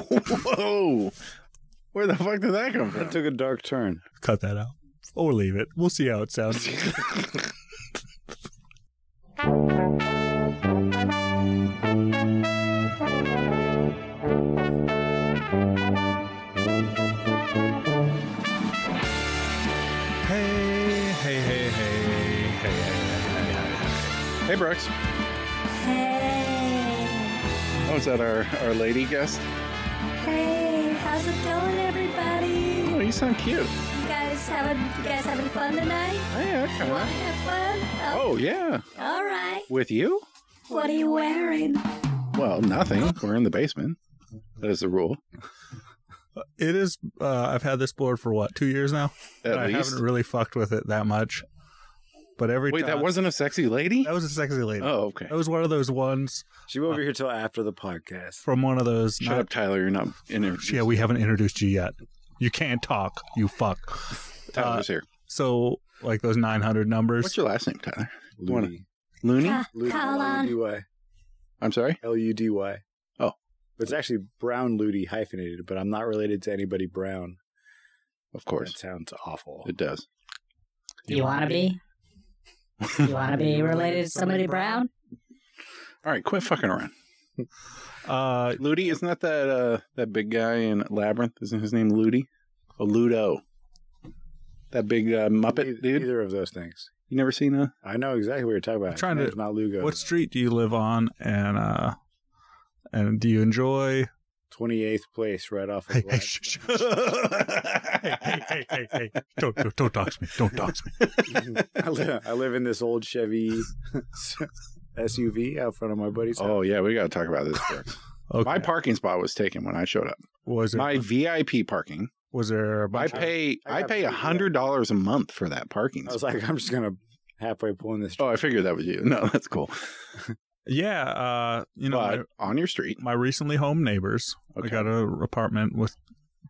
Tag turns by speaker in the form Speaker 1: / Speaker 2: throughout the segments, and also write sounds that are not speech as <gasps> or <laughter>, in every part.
Speaker 1: Whoa! Where the fuck did that come
Speaker 2: That
Speaker 1: from?
Speaker 2: took a dark turn.
Speaker 3: Cut that out or leave it. We'll see how it sounds. Hey, hey, hey, hey, hey, hey, hey, hey,
Speaker 1: Hey, Brooks.
Speaker 4: Hey,
Speaker 1: Oh, is that our, our lady guest?
Speaker 4: hey, how's it going, everybody?
Speaker 1: Oh, you sound cute.
Speaker 4: You guys having you guys having fun tonight?
Speaker 1: Oh, yeah, kind
Speaker 4: Want to
Speaker 1: of.
Speaker 4: have fun?
Speaker 1: Oh, yeah.
Speaker 4: all right.
Speaker 1: With you?
Speaker 4: What are you wearing?
Speaker 1: Well, nothing. We're in the basement. That is the rule.
Speaker 3: hey. It is. Uh, I've had this board for what two years now.
Speaker 1: At
Speaker 3: I
Speaker 1: least.
Speaker 3: haven't really fucked with it that much. But every
Speaker 1: Wait,
Speaker 3: time,
Speaker 1: that wasn't a sexy lady?
Speaker 3: that was a sexy lady.
Speaker 1: Oh, okay.
Speaker 3: That was one of those ones
Speaker 2: She won't be here till after the podcast.
Speaker 3: from one of those.
Speaker 1: Shut
Speaker 3: not-
Speaker 1: up, Tyler. You're not in it.
Speaker 3: Yeah, we haven't introduced you yet. You can't talk. You fuck.
Speaker 1: Tyler's
Speaker 3: uh,
Speaker 1: here.
Speaker 3: So like those nine hundred numbers.
Speaker 1: What's your last name, Tyler? Wanna-
Speaker 2: Ludy.
Speaker 1: Looney?
Speaker 4: Ca-
Speaker 2: Ludy.
Speaker 4: Colin.
Speaker 2: L-U-D-Y.
Speaker 1: I'm sorry?
Speaker 2: L-U-D-Y.
Speaker 1: Oh.
Speaker 2: But it's actually Brown Ludy hyphenated, but I'm not related to anybody Brown.
Speaker 1: Of course.
Speaker 2: That sounds awful.
Speaker 1: It does.
Speaker 4: You want to be? You want to be related to somebody brown?
Speaker 1: All right, quit fucking around.
Speaker 3: Uh,
Speaker 1: Ludi, isn't that that, uh, that big guy in Labyrinth? Isn't his name Ludi? Oh, Ludo. That big uh, Muppet
Speaker 2: Neith-
Speaker 1: dude?
Speaker 2: Either of those things.
Speaker 1: You never seen a.
Speaker 2: I know exactly what you're talking about.
Speaker 3: I'm trying to-
Speaker 2: It's not Lugo.
Speaker 3: what street do you live on? And uh, and do you enjoy?
Speaker 2: 28th place
Speaker 1: <laughs>
Speaker 2: right off of
Speaker 3: Hey, hey,
Speaker 2: Black-
Speaker 3: shh, shh, shh. hey, hey, hey, hey, hey! Don't, don't, don't dox me! Don't dox me! <laughs>
Speaker 2: I, live, I live in this old Chevy <laughs> SUV out front of my buddy's
Speaker 1: <laughs>
Speaker 2: house.
Speaker 1: Oh, yeah, we got to talk
Speaker 3: <laughs>
Speaker 1: about this first.
Speaker 3: Okay.
Speaker 1: My parking spot was taken when I showed up.
Speaker 3: was there
Speaker 1: My VIP parking.
Speaker 3: was there
Speaker 1: I
Speaker 3: a bunch? of-
Speaker 1: pay
Speaker 2: I
Speaker 1: I
Speaker 2: got
Speaker 1: pay
Speaker 2: paid,
Speaker 1: a hundred dollars a month for that parking.
Speaker 2: I was
Speaker 1: spot.
Speaker 2: like, I'm just going to halfway pull in this.
Speaker 1: oh, I figured that was you. <laughs> No, that's cool.
Speaker 3: yeah, uh, you know,
Speaker 1: but
Speaker 3: my,
Speaker 1: on your street,
Speaker 3: my recently home neighbors. I
Speaker 1: Okay.
Speaker 3: got a apartment with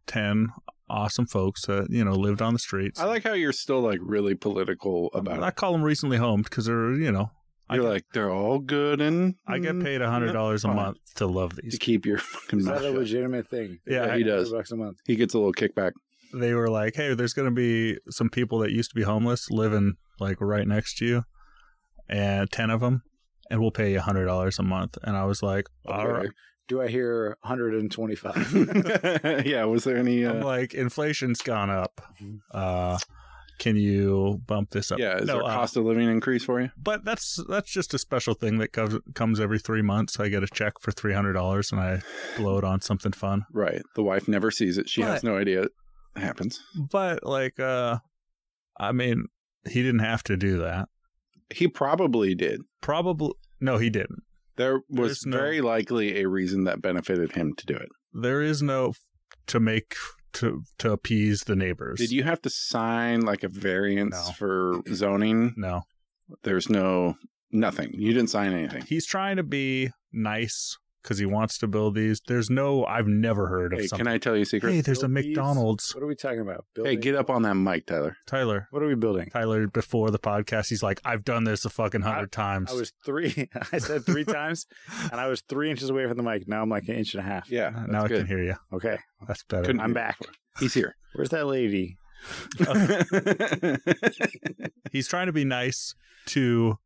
Speaker 3: ten awesome folks that you know lived on the streets.
Speaker 1: I like how you're still like really political about
Speaker 3: I call them recently homed because they're you know
Speaker 1: it. You're
Speaker 3: I,
Speaker 1: like they're all good and
Speaker 3: I get paid a hundred dollars a
Speaker 1: Fine.
Speaker 3: month to love
Speaker 1: to
Speaker 3: these.
Speaker 1: keep your fucking
Speaker 2: Is
Speaker 1: mouth
Speaker 2: that a
Speaker 1: shut.
Speaker 2: legitimate thing?
Speaker 3: Yeah,
Speaker 1: he does.
Speaker 2: 100 Bucks a month.
Speaker 1: He gets a little kickback.
Speaker 3: They were like, "Hey, there's going to be some people that used to be homeless living like right next to you, and ten of them, and we'll pay you a hundred dollars a month." And I was like, "All right."
Speaker 2: Do I hear 125?
Speaker 1: Okay. <laughs> yeah. Was there any?
Speaker 3: I'm
Speaker 1: Uh,
Speaker 3: like, "Inflation's gone up. Uh, can you bump this up?"
Speaker 1: yeah. Is
Speaker 3: No,
Speaker 1: there a
Speaker 3: uh,
Speaker 1: cost of living increase for you?
Speaker 3: but that's that's just a special thing that comes comes every three months. I get a check for three hundred dollars, and I blow it on something fun.
Speaker 1: Right. The wife never sees it. She has
Speaker 3: But-
Speaker 1: no idea it happens.
Speaker 3: but like uh i mean he didn't have to do that
Speaker 1: He probably did.
Speaker 3: probably no he didn't
Speaker 1: There was
Speaker 3: There's no-
Speaker 1: very likely a reason that benefited him to do it.
Speaker 3: there is no f- to make to to appease the neighbors
Speaker 1: Did you have to sign like a variance
Speaker 3: No.
Speaker 1: for zoning?
Speaker 3: no
Speaker 1: There's no nothing. You didn't sign anything.
Speaker 3: he's trying to be nice because he wants to build these there's no i've never heard of
Speaker 1: Hey,
Speaker 3: something
Speaker 1: can I tell you a secret?
Speaker 3: hey there's a
Speaker 2: Build these?
Speaker 3: mcdonald's
Speaker 2: what are we talking about?
Speaker 1: hey,
Speaker 2: Building?
Speaker 1: get up on that mic, Tyler.
Speaker 3: tyler
Speaker 2: What are we building?
Speaker 3: tyler before the podcast he's like i've done this a fucking hundred times
Speaker 2: I was three. <laughs> I
Speaker 1: <laughs>
Speaker 2: said three times, and I was three inches away from the mic. Now I'm like an inch and a half.
Speaker 1: Yeah,
Speaker 3: Uh,
Speaker 1: that's
Speaker 3: now i
Speaker 1: good.
Speaker 3: can hear you
Speaker 2: Okay,
Speaker 3: that's better
Speaker 1: Couldn't-
Speaker 2: I'm back.
Speaker 1: He's here.
Speaker 2: Where's that lady?
Speaker 3: he's trying to be nice to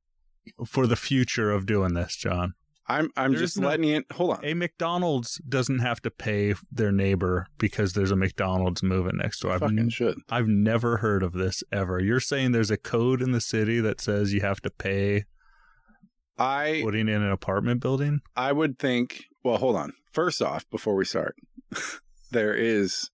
Speaker 3: for the future of doing this john
Speaker 1: <laughs> I'm I'm
Speaker 3: There's
Speaker 1: just
Speaker 3: no-
Speaker 1: letting it. Hold on.
Speaker 3: a McDonald's doesn't have to pay their neighbor because there's a McDonald's moving next door. I've,
Speaker 1: Fucking should.
Speaker 3: I've never heard of this ever. You're saying there's a code in the city that says you have to pay
Speaker 1: I
Speaker 3: putting in an apartment building?
Speaker 1: I would think. Well, hold on. First off, before we start, <laughs> there is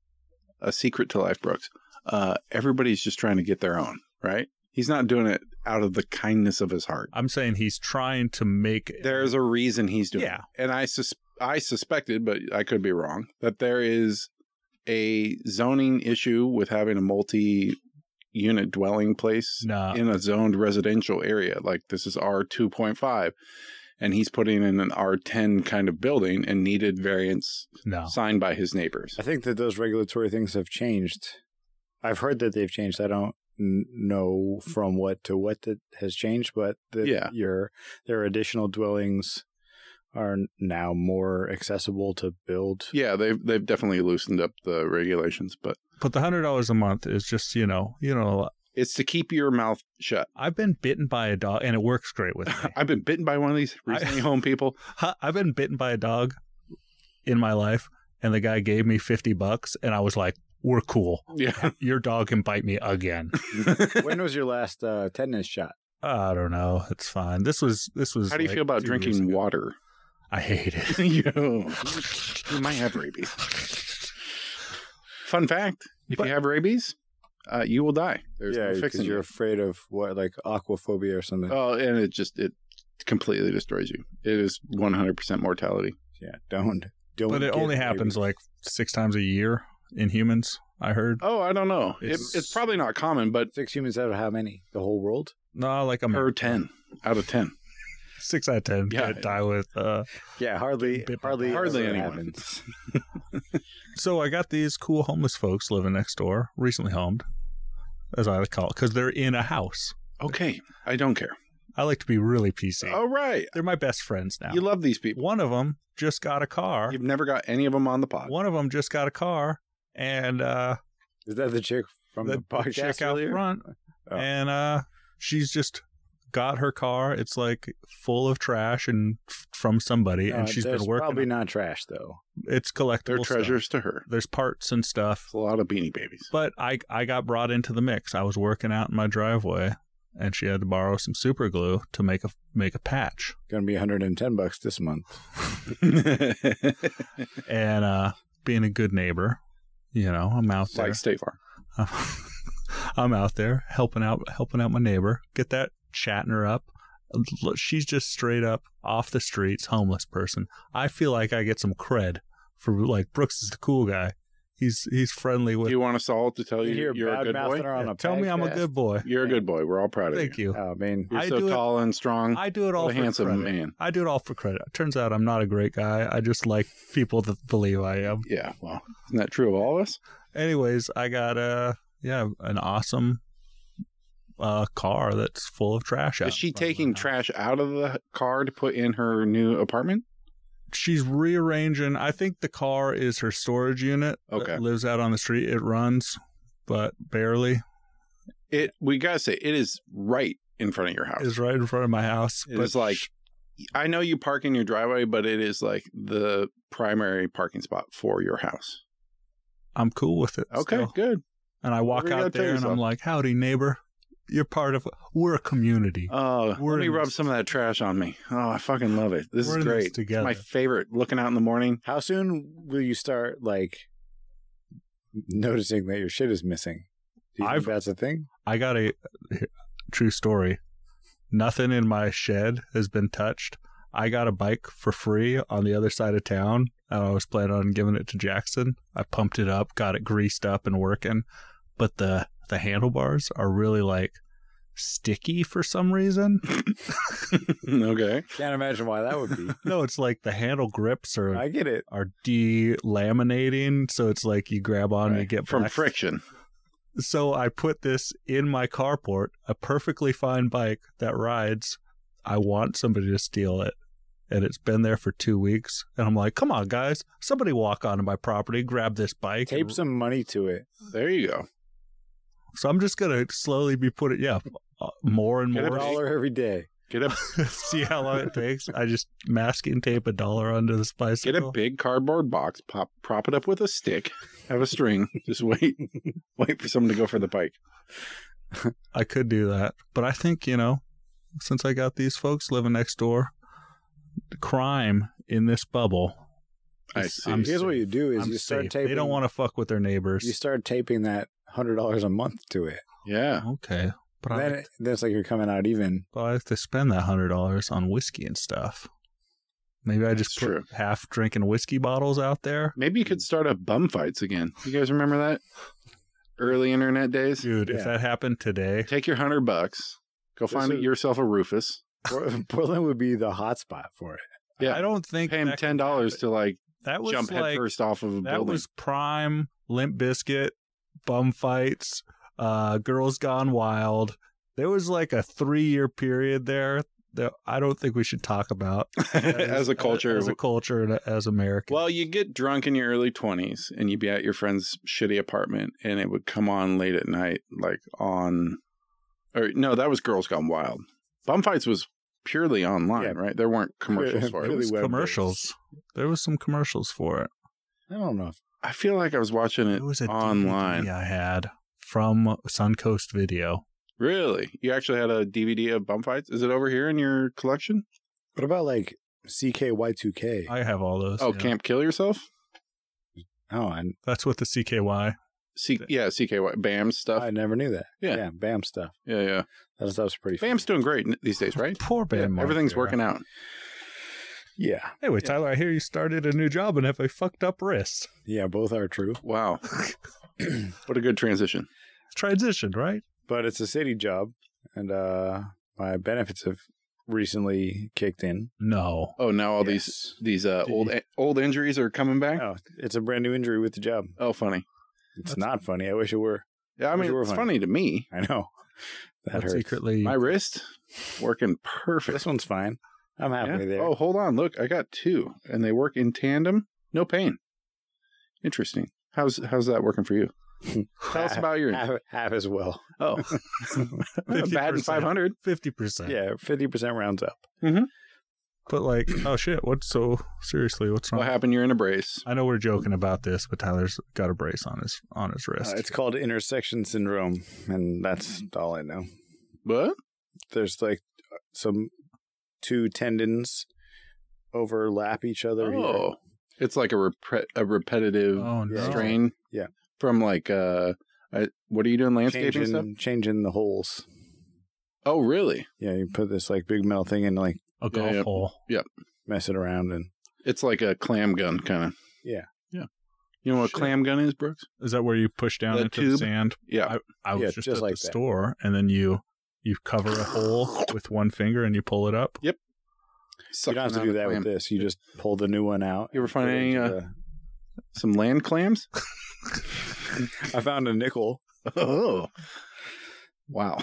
Speaker 1: a secret to life, Brooks. Uh, everybody's just trying to get their own, right? He's not doing it out of the kindness of his heart.
Speaker 3: I'm saying he's trying to make
Speaker 1: There's a reason he's doing
Speaker 3: Yeah.
Speaker 1: it. And I sus- I suspected, but I could be wrong, that there is a zoning issue with having a multi unit dwelling place
Speaker 3: Nah.
Speaker 1: in a zoned residential area. Like this is R two point five. And he's putting in an R ten kind of building and needed variance
Speaker 3: no.
Speaker 1: signed by his neighbors.
Speaker 2: I think that those regulatory things have changed. I've heard that they've changed. I don't n- know from what to what that has changed, but that
Speaker 1: Yeah.
Speaker 2: your there are additional dwellings are now more accessible to
Speaker 1: <laughs>
Speaker 2: build.
Speaker 1: Yeah, they've they've definitely loosened up the regulations, but
Speaker 3: But the hundred dollars a month is just you know you know
Speaker 1: it's to keep your mouth shut.
Speaker 3: I've been bitten by a dog and it works great
Speaker 1: <laughs>
Speaker 3: with me.
Speaker 1: I've been bitten by one of these recently home people.
Speaker 3: Huh, I've been bitten by a dog in my life, and the guy gave me fifty bucks, and I was like, "We're cool.
Speaker 1: Yeah.
Speaker 3: Your dog can bite me again."
Speaker 2: when was your last uh, tetanus shot?
Speaker 3: I don't know. It's fine. This was this was.
Speaker 1: How do you
Speaker 3: like
Speaker 1: feel about
Speaker 3: two years
Speaker 1: drinking
Speaker 3: ago.
Speaker 1: water? <laughs>
Speaker 3: I hate it.
Speaker 1: you, you might have rabies. Fun fact: If
Speaker 3: But-
Speaker 1: you have rabies, uh, you will die. There's
Speaker 2: yeah,
Speaker 1: no
Speaker 2: because
Speaker 1: fixing
Speaker 2: you're
Speaker 1: you.
Speaker 2: afraid of what, like aquaphobia or something.
Speaker 1: Oh, and it just it completely destroys you. It is 100% mortality.
Speaker 2: Yeah, don't don't.
Speaker 3: But it
Speaker 2: get
Speaker 3: only happens
Speaker 2: rabies.
Speaker 3: like six times a year in humans. I heard.
Speaker 1: Oh, I don't know.
Speaker 3: It's-
Speaker 1: It, it's probably not common, but
Speaker 2: six humans out of how many? The whole world?
Speaker 3: No, like a
Speaker 1: per 10 out of 10.
Speaker 3: six out of ten
Speaker 1: Yeah.
Speaker 3: yeah. die with. Uh,
Speaker 2: Yeah, hardly
Speaker 3: Bit-
Speaker 2: hardly
Speaker 1: Hardly
Speaker 2: ever
Speaker 1: anyone.
Speaker 2: happens.
Speaker 3: so I got these cool homeless folks living next door, recently homed, as I call it, because they're in a house.
Speaker 1: Okay, I don't care.
Speaker 3: I like to be really PC.
Speaker 1: All right.
Speaker 3: They're my best friends now.
Speaker 1: Oh. You love these people.
Speaker 3: One of them just got a car.
Speaker 1: You've never got any of them on the pod.
Speaker 3: One of them just got a car, and uh,
Speaker 2: Is that the chick from the,
Speaker 3: the, the
Speaker 2: podcast
Speaker 3: chick out
Speaker 2: earlier?
Speaker 3: front,
Speaker 2: Oh.
Speaker 3: and uh, she's just got her car. It's like full of trash and f- from somebody,
Speaker 2: Uh,
Speaker 3: and she's
Speaker 2: there's
Speaker 3: been working.
Speaker 2: Probably
Speaker 3: on-
Speaker 2: not trash though.
Speaker 3: it's collectible.
Speaker 1: They're
Speaker 3: stuff.
Speaker 1: treasures to her.
Speaker 3: There's parts and stuff.
Speaker 1: It's a lot of beanie
Speaker 3: <laughs>
Speaker 1: babies.
Speaker 3: But I I got brought into the mix. I was working out in my driveway, and she had to borrow some super glue to make a make a patch.
Speaker 2: Gonna be 110 bucks this month.
Speaker 3: And uh, being a good neighbor, you know, I'm out there.
Speaker 1: like State Farm.
Speaker 3: Um, <laughs> I'm out there helping out helping out my neighbor. Get that chatting her up. Look, She's just straight up off the streets, homeless person. I feel like I get some cred for like Brooks is the cool guy. He's he's friendly
Speaker 1: Do
Speaker 3: with.
Speaker 1: you want us all to tell you
Speaker 2: hear
Speaker 1: you're a
Speaker 2: bad
Speaker 1: good boy?
Speaker 2: mouthing her on a
Speaker 3: Tell me I'm a
Speaker 2: podcast?
Speaker 3: good boy.
Speaker 1: You're a good boy. We're all proud of
Speaker 3: Thank
Speaker 1: you.
Speaker 3: you.
Speaker 2: Oh, I mean,
Speaker 1: You're
Speaker 3: I
Speaker 1: so
Speaker 3: do it-
Speaker 1: tall and strong.
Speaker 3: I do it all
Speaker 1: What a
Speaker 3: for
Speaker 1: handsome
Speaker 3: credit.
Speaker 1: man.
Speaker 3: I do it all for credit. Turns out I'm not a great guy. I just like people that believe I am.
Speaker 1: Yeah, well, isn't that true of all of us?
Speaker 3: Anyways, I got uh yeah an awesome uh car that's full of trash. out
Speaker 1: Is she
Speaker 3: in front of my
Speaker 1: taking
Speaker 3: house.
Speaker 1: trash out of the car to put in her new apartment?
Speaker 3: she's rearranging. I think the car is her storage unit. that
Speaker 1: Okay.
Speaker 3: lives out on the street. It runs, but barely
Speaker 1: It we gotta say it is right in front of your house.
Speaker 3: is right in front of my house.
Speaker 1: It
Speaker 3: but
Speaker 1: is like
Speaker 3: sh-
Speaker 1: I know you park in your driveway, but it is like the primary parking spot for your house.
Speaker 3: I'm cool with it.
Speaker 1: Okay,
Speaker 3: still.
Speaker 1: good.
Speaker 3: And I walk
Speaker 1: Whatever you
Speaker 3: out
Speaker 1: gotta tell
Speaker 3: there and I'm
Speaker 1: yourself.
Speaker 3: like, "Howdy, neighbor. You're part of. We're a community.
Speaker 1: Oh,
Speaker 3: We're
Speaker 1: let me
Speaker 3: in
Speaker 1: rub
Speaker 3: this-
Speaker 1: some of that trash on me. Oh, I fucking love it. This
Speaker 3: We're
Speaker 1: is
Speaker 3: in this
Speaker 1: great. It's
Speaker 3: together.
Speaker 1: my favorite. Looking out in the morning. <laughs>
Speaker 2: how soon will you start like noticing that your shit is missing? Do you
Speaker 3: I've-
Speaker 2: think that's a thing?
Speaker 3: I got a true story. Nothing in my shed has been touched. I got a bike for free on the other side of town. and I was planning on giving it to Jackson. I pumped it up, got it greased up and working, but the the handlebars are really like sticky for some reason. <laughs>
Speaker 1: okay.
Speaker 2: Can't imagine why that would be.
Speaker 3: <laughs> no, it's like the handle grips are
Speaker 2: I get it.
Speaker 3: are delaminating, so it's like you grab on and you
Speaker 1: Right.
Speaker 3: get
Speaker 1: from
Speaker 3: black-
Speaker 1: friction.
Speaker 3: So I put this in my carport, a perfectly fine bike that rides. I want somebody to steal it. And it's been there for two weeks. And I'm like, come on, guys, somebody walk onto my property, grab this bike.
Speaker 2: Tape some money to it.
Speaker 1: There you go.
Speaker 3: So I'm just going to slowly be putting, yeah, uh, more and
Speaker 1: Get a Or-
Speaker 2: A
Speaker 3: more.
Speaker 2: dollar every day.
Speaker 1: Get a
Speaker 3: <laughs> See how long it takes. I just masking tape a dollar onto this bicycle.
Speaker 1: get a big cardboard box, pop prop it up with a stick, have a string, just wait, <laughs> wait for someone to go for the bike.
Speaker 3: I could do that. But I think, you know, since I got these folks living next door, the crime in this bubble.
Speaker 1: I
Speaker 3: is-
Speaker 1: see.
Speaker 3: I'm
Speaker 2: Here's what
Speaker 3: safe.
Speaker 2: you do is
Speaker 3: I'm
Speaker 2: you start
Speaker 3: safe.
Speaker 2: taping.
Speaker 3: They don't want to fuck with their neighbors.
Speaker 2: You start taping that hundred dollars a month to it.
Speaker 1: Yeah.
Speaker 3: okay, but I,
Speaker 2: Then
Speaker 3: like-
Speaker 2: it- then it's like you're coming out even.
Speaker 3: but I have to spend that hundred dollars on whiskey and stuff. Maybe I just
Speaker 1: That's
Speaker 3: put
Speaker 1: true.
Speaker 3: half drinking whiskey bottles out there,
Speaker 1: Maybe you could start up bum fights again. You guys remember that? Early internet days?
Speaker 3: dude.
Speaker 2: Yeah.
Speaker 3: If that happened today,
Speaker 1: Take your hundred bucks, go
Speaker 2: This
Speaker 1: find
Speaker 2: is-
Speaker 1: yourself a Rufus.
Speaker 2: Por- <laughs> Portland would be the hot spot for it.
Speaker 1: Yeah.
Speaker 3: I don't think
Speaker 1: Pay him
Speaker 3: that could
Speaker 1: ten dollars
Speaker 3: happen.
Speaker 1: to like
Speaker 3: that was
Speaker 1: jump
Speaker 3: like
Speaker 1: headfirst off of a
Speaker 3: that
Speaker 1: building. <laughs>
Speaker 3: was prime Limp Biscuit, bum fights, uh, girls gone wild. There was like a three year period there that I don't think we should talk about
Speaker 1: <laughs> as a culture.
Speaker 3: as a culture, and as Americans.
Speaker 1: well, you get drunk in your early 20s and you'd be at your friend's shitty apartment and it would come on late at night, like on. Or no, that was Girls Gone Wild. Bum Fights was purely online,
Speaker 2: Yeah.
Speaker 1: right? There weren't commercials for
Speaker 2: Really
Speaker 1: it.
Speaker 3: It's
Speaker 2: web-based.
Speaker 3: commercials. There was some commercials for it.
Speaker 2: I don't know.
Speaker 1: I feel like I was watching it,
Speaker 3: It was a
Speaker 1: online.
Speaker 3: DVD I had from Suncoast Video.
Speaker 1: Really? You actually had a DVD of Bum Fights? Is it over here in your collection?
Speaker 2: What about like CKY2K?
Speaker 3: I have all those.
Speaker 1: Oh,
Speaker 3: yeah.
Speaker 1: Camp Kill Yourself?
Speaker 2: oh, I,
Speaker 3: That's with the CKY.
Speaker 1: C- yeah, CKY. BAM stuff.
Speaker 2: I never knew that.
Speaker 1: Yeah.
Speaker 2: BAM stuff.
Speaker 1: yeah, yeah.
Speaker 2: That stuff's pretty. fun.
Speaker 1: BAM's doing great n- these days, right?
Speaker 3: Poor
Speaker 1: Yeah,
Speaker 3: band. Mark
Speaker 1: everything's
Speaker 3: there.
Speaker 1: working out.
Speaker 2: Yeah,
Speaker 3: Anyway, Tyler, I hear you started a new job and have a fucked up wrist.
Speaker 2: yeah, both are true. <laughs>
Speaker 1: Wow. <clears throat> what a good transition.
Speaker 3: Transition, right?
Speaker 2: but it's a city job, and uh, my benefits have recently kicked in.
Speaker 3: No.
Speaker 1: Oh, now all these
Speaker 2: Yes.
Speaker 1: these uh,
Speaker 3: Did
Speaker 1: old old injuries are coming back.
Speaker 2: Oh, it's a brand new injury with the job.
Speaker 1: Oh, funny.
Speaker 2: It's
Speaker 3: That's-
Speaker 2: not funny. I wish it were.
Speaker 1: Yeah, I
Speaker 2: Those
Speaker 1: mean,
Speaker 2: were
Speaker 1: it's
Speaker 2: funny.
Speaker 1: funny to me.
Speaker 2: I know <laughs> that
Speaker 3: But
Speaker 2: hurts.
Speaker 3: secretly,
Speaker 1: My wrist working perfect.
Speaker 2: This one's fine. I'm
Speaker 1: Yeah.
Speaker 2: halfway there.
Speaker 1: Oh, hold on. Look, I got two, and they work in tandem. No pain. Interesting. How's how's that working
Speaker 2: <laughs>
Speaker 1: for you? Tell us about your
Speaker 2: half, half
Speaker 1: <laughs>
Speaker 2: as well. <laughs>
Speaker 1: oh, bad in
Speaker 3: 50%.
Speaker 1: five hundred.
Speaker 3: 50%.
Speaker 2: Yeah, fifty percent rounds up.
Speaker 3: But like, oh shit, what's so seriously, what's wrong?
Speaker 1: What happened? You're in a brace.
Speaker 3: I know we're joking about this, but Tyler's got a brace on his on his
Speaker 2: Uh,
Speaker 3: wrist.
Speaker 2: it's called intersection syndrome, and that's all I know.
Speaker 1: What?
Speaker 2: There's like some two tendons overlap each other. here.
Speaker 1: Oh, it's like a repre- a repetitive
Speaker 3: oh no.
Speaker 2: yeah.
Speaker 1: strain.
Speaker 2: Yeah.
Speaker 1: From like uh, uh, what are you doing? Landscaping stuff?
Speaker 2: changing, changing the holes.
Speaker 1: Oh, really?
Speaker 2: Yeah, you put this like big metal thing and like
Speaker 3: A golf
Speaker 1: yeah.
Speaker 3: hole.
Speaker 2: mess it around and
Speaker 1: It's like a clam gun, kind of.
Speaker 2: Yeah.
Speaker 1: Yeah. You know what
Speaker 3: Shit.
Speaker 1: a clam gun is, Brooks?
Speaker 3: Is that where you push down
Speaker 1: The
Speaker 3: into the
Speaker 1: tube?
Speaker 3: sand?
Speaker 1: Yeah.
Speaker 3: I was
Speaker 2: Yeah,
Speaker 3: just,
Speaker 2: just
Speaker 3: at
Speaker 2: like
Speaker 3: the
Speaker 2: that.
Speaker 3: store and then you you cover
Speaker 1: <laughs>
Speaker 3: a hole with one finger and you pull it up.
Speaker 2: you don't have to do that with this. You just pull the new one out.
Speaker 1: You ever
Speaker 2: and
Speaker 1: find
Speaker 2: put it
Speaker 1: any, uh,
Speaker 2: into
Speaker 1: Some land
Speaker 2: <laughs>
Speaker 1: clams?
Speaker 2: the- I found
Speaker 1: <laughs>
Speaker 2: a nickel.
Speaker 1: oh. Wow.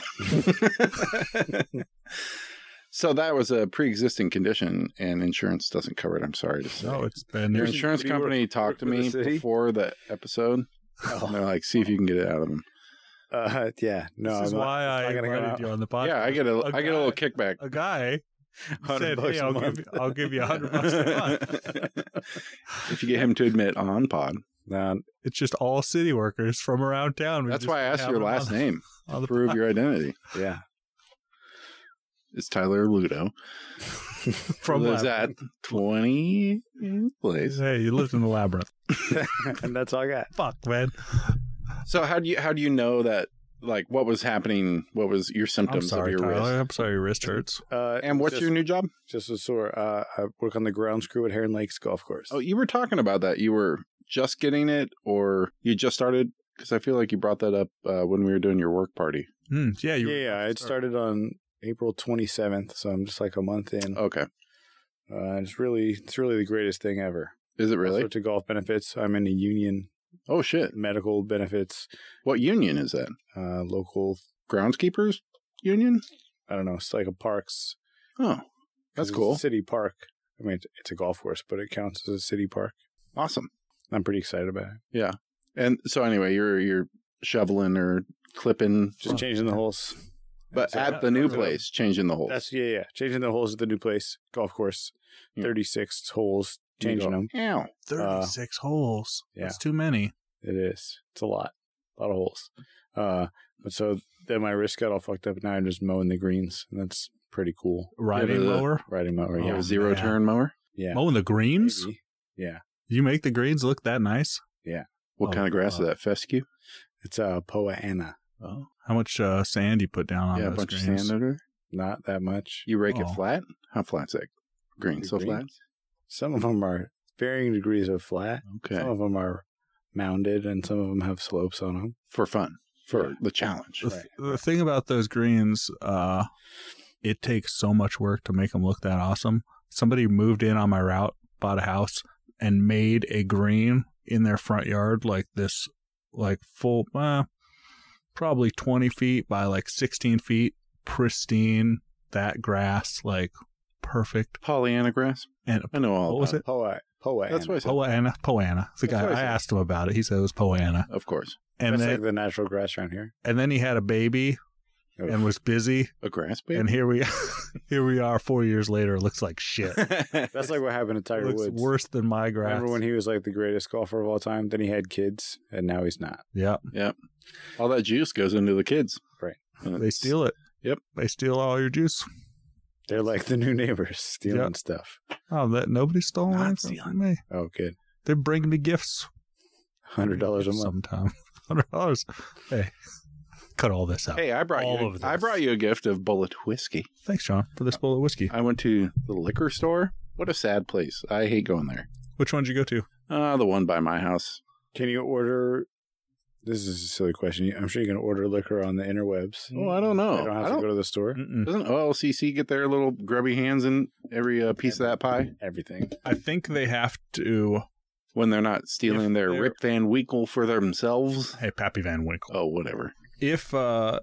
Speaker 1: so that was a pre existing condition, and insurance doesn't cover it. I'm sorry to say.
Speaker 3: No, it's been
Speaker 1: Your
Speaker 2: There's-
Speaker 1: insurance
Speaker 2: did he work-
Speaker 1: company talked to
Speaker 2: work for the
Speaker 1: me
Speaker 2: city?
Speaker 1: before the episode, and they're like, see if you can get it out of them.
Speaker 2: Oh. <laughs> Uh, yeah, no,
Speaker 3: this is
Speaker 2: I'm not-
Speaker 3: why I
Speaker 2: it's not gonna come
Speaker 3: invited
Speaker 2: out.
Speaker 3: you on the podcast.
Speaker 1: Yeah, I get a,
Speaker 3: A
Speaker 1: I get a little
Speaker 3: <laughs>
Speaker 1: kickback.
Speaker 3: a guy
Speaker 1: <laughs>
Speaker 2: 100
Speaker 3: said,
Speaker 2: bucks
Speaker 3: "Hey,
Speaker 2: a
Speaker 3: I'll
Speaker 2: month."
Speaker 3: give, you- I'll give you a hundred bucks a month."
Speaker 1: if you get him to admit on pod.
Speaker 2: No,
Speaker 3: It's just all city workers from around town. We
Speaker 1: That's
Speaker 3: just
Speaker 1: why I asked
Speaker 3: have
Speaker 1: your
Speaker 3: them on
Speaker 1: last
Speaker 3: the- <laughs>
Speaker 1: name.
Speaker 3: on the
Speaker 1: Prove your identity.
Speaker 2: yeah, <laughs>
Speaker 1: It's Tyler Ludo.
Speaker 3: <laughs> from
Speaker 1: lives
Speaker 3: Labyrinth.
Speaker 1: at 20 place.
Speaker 3: Hey, you lived in the labyrinth.
Speaker 2: and that's all I got.
Speaker 3: Fuck, man.
Speaker 1: So how do you how do you know that like what was happening? What was your
Speaker 3: I'm
Speaker 1: symptoms
Speaker 3: sorry,
Speaker 1: of your
Speaker 3: Tyler.
Speaker 1: wrist?
Speaker 3: I'm sorry, your wrist hurts.
Speaker 2: Uh,
Speaker 1: And what's
Speaker 2: just,
Speaker 1: your new job?
Speaker 2: just a sore? Uh, I work on the ground screw at Heron Lakes Golf Course.
Speaker 1: Oh, you were talking about that. You were just getting it, or you just started? Because I feel like you brought that up uh, when we were doing your work party.
Speaker 3: Hmm, yeah, you.
Speaker 2: yeah, yeah. It started on April 27th, so I'm just like a month in.
Speaker 1: Okay,
Speaker 2: Uh, it's really, it's really the greatest thing ever.
Speaker 1: is it
Speaker 2: All
Speaker 1: really?
Speaker 2: sorts of golf benefits. I'm in a union,
Speaker 1: Oh shit!
Speaker 2: medical benefits,
Speaker 1: What union is that?
Speaker 2: uh, local.
Speaker 1: Groundskeepers union?
Speaker 2: I don't know. It's like a parks.
Speaker 1: Oh, that's
Speaker 2: 'cause it's a
Speaker 1: cool.
Speaker 2: city park. I mean, it's a golf course, but it counts as a city park.
Speaker 1: Awesome.
Speaker 2: I'm pretty excited about it.
Speaker 1: And so anyway, you're you're shoveling or clipping,
Speaker 2: Just
Speaker 3: Huh.
Speaker 2: changing the holes.
Speaker 1: but
Speaker 2: So
Speaker 1: at
Speaker 2: that-
Speaker 1: the new
Speaker 2: so
Speaker 1: place, changing the whole.
Speaker 2: That's yeah, yeah. Changing the holes at the new place, golf course,
Speaker 1: Yeah.
Speaker 2: 36 holes.
Speaker 1: You
Speaker 2: Changing
Speaker 1: go,
Speaker 2: them.
Speaker 1: Ow. uh,
Speaker 3: Thirty-six holes.
Speaker 2: yeah.
Speaker 3: That's too many.
Speaker 2: It is. It's a lot. A lot of holes. Uh, but so then my wrist got all fucked up. Now I'm just mowing the greens, and that's pretty cool.
Speaker 3: Riding
Speaker 1: the-
Speaker 3: mower,
Speaker 2: Riding mower.
Speaker 1: You have
Speaker 2: yeah.
Speaker 1: a Oh, zero
Speaker 3: man.
Speaker 1: turn mower.
Speaker 2: Yeah.
Speaker 3: mowing the greens.
Speaker 2: Maybe. Yeah.
Speaker 3: You make the greens look that nice.
Speaker 1: What
Speaker 3: Oh,
Speaker 1: kind of grass
Speaker 3: wow.
Speaker 1: is that? Fescue?
Speaker 2: It's uh, Poa Anna.
Speaker 1: Oh,
Speaker 3: How much uh, sand you put down on
Speaker 1: yeah, a
Speaker 3: those
Speaker 1: bunch of
Speaker 3: greens?
Speaker 1: sand under. there.
Speaker 2: Not that much.
Speaker 1: You rake
Speaker 3: Oh.
Speaker 1: it flat. How flat's that? Green,
Speaker 2: The
Speaker 1: so flat.
Speaker 2: Some of them are varying degrees of flat.
Speaker 1: Okay,
Speaker 2: Some of them are mounded, and some of them have slopes on them.
Speaker 1: for fun, for
Speaker 2: Yeah.
Speaker 1: the challenge.
Speaker 3: The,
Speaker 2: Right,
Speaker 3: the thing about those greens, uh, it takes so much work to make them look that awesome. Somebody moved in on my route, bought a house, and made a green in their front yard, like this, like full, uh, probably 20 feet by like 16 feet, pristine that grass like perfect.
Speaker 1: Pollyanna grass.
Speaker 3: And
Speaker 1: I know all.
Speaker 3: what was
Speaker 1: about
Speaker 3: it?
Speaker 2: Poet. Poet.
Speaker 1: That's why I said,
Speaker 3: Poana. Poana. The
Speaker 1: That's
Speaker 3: guy
Speaker 1: what I
Speaker 3: I
Speaker 1: said.
Speaker 3: asked him about it. He said it was Poana.
Speaker 1: of course,
Speaker 3: And
Speaker 2: That's
Speaker 3: then
Speaker 2: like the natural grass around here.
Speaker 3: and then he had a baby
Speaker 2: Oof.
Speaker 3: and was busy.
Speaker 1: a grass baby.
Speaker 3: And here we <laughs> here we are four years later. It looks
Speaker 1: <laughs>
Speaker 3: like shit.
Speaker 2: That's like what happened to Tiger
Speaker 3: looks
Speaker 2: Woods.
Speaker 3: worse than my grass.
Speaker 2: Remember when he was like the greatest golfer of all time? Then he had kids, and now he's not.
Speaker 3: yeah,
Speaker 1: all that juice goes into the kids. Uh,
Speaker 2: Right.
Speaker 1: And
Speaker 3: they
Speaker 1: it's-
Speaker 3: steal it.
Speaker 1: Yep.
Speaker 3: They steal all your juice.
Speaker 2: They're like the new neighbors <laughs> stealing
Speaker 3: Yep.
Speaker 2: stuff.
Speaker 3: Oh, that nobody's stolen
Speaker 1: Not
Speaker 3: mine from
Speaker 1: stealing.
Speaker 3: me.
Speaker 2: Oh, good.
Speaker 3: They bring me gifts.
Speaker 2: Hundred dollars a month.
Speaker 3: sometime. <laughs> Hundred dollars. Hey, cut all this out.
Speaker 1: Hey, I brought
Speaker 3: All
Speaker 1: you.
Speaker 3: of
Speaker 1: I
Speaker 3: this.
Speaker 1: brought you a gift of bullet whiskey.
Speaker 3: Thanks, Sean, for this bowl of whiskey.
Speaker 1: I went to the liquor store. What a sad place. I hate going there.
Speaker 3: Which one did you go to?
Speaker 1: Uh, the one by my house.
Speaker 2: Can you order? This is a silly question. I'm sure you can order liquor on the interwebs.
Speaker 1: Oh, I don't know.
Speaker 2: I don't have
Speaker 1: I
Speaker 2: to
Speaker 1: don't-
Speaker 2: go to the store.
Speaker 3: Mm-mm.
Speaker 1: Doesn't OLCC get their little grubby hands in every uh, piece of that pie
Speaker 2: Everything.
Speaker 3: I think they have to.
Speaker 1: when they're not stealing
Speaker 3: If
Speaker 1: their
Speaker 3: they're-
Speaker 1: Rip Van Winkle for themselves?
Speaker 3: Hey, Pappy Van Winkle.
Speaker 1: Oh, whatever.
Speaker 3: If uh,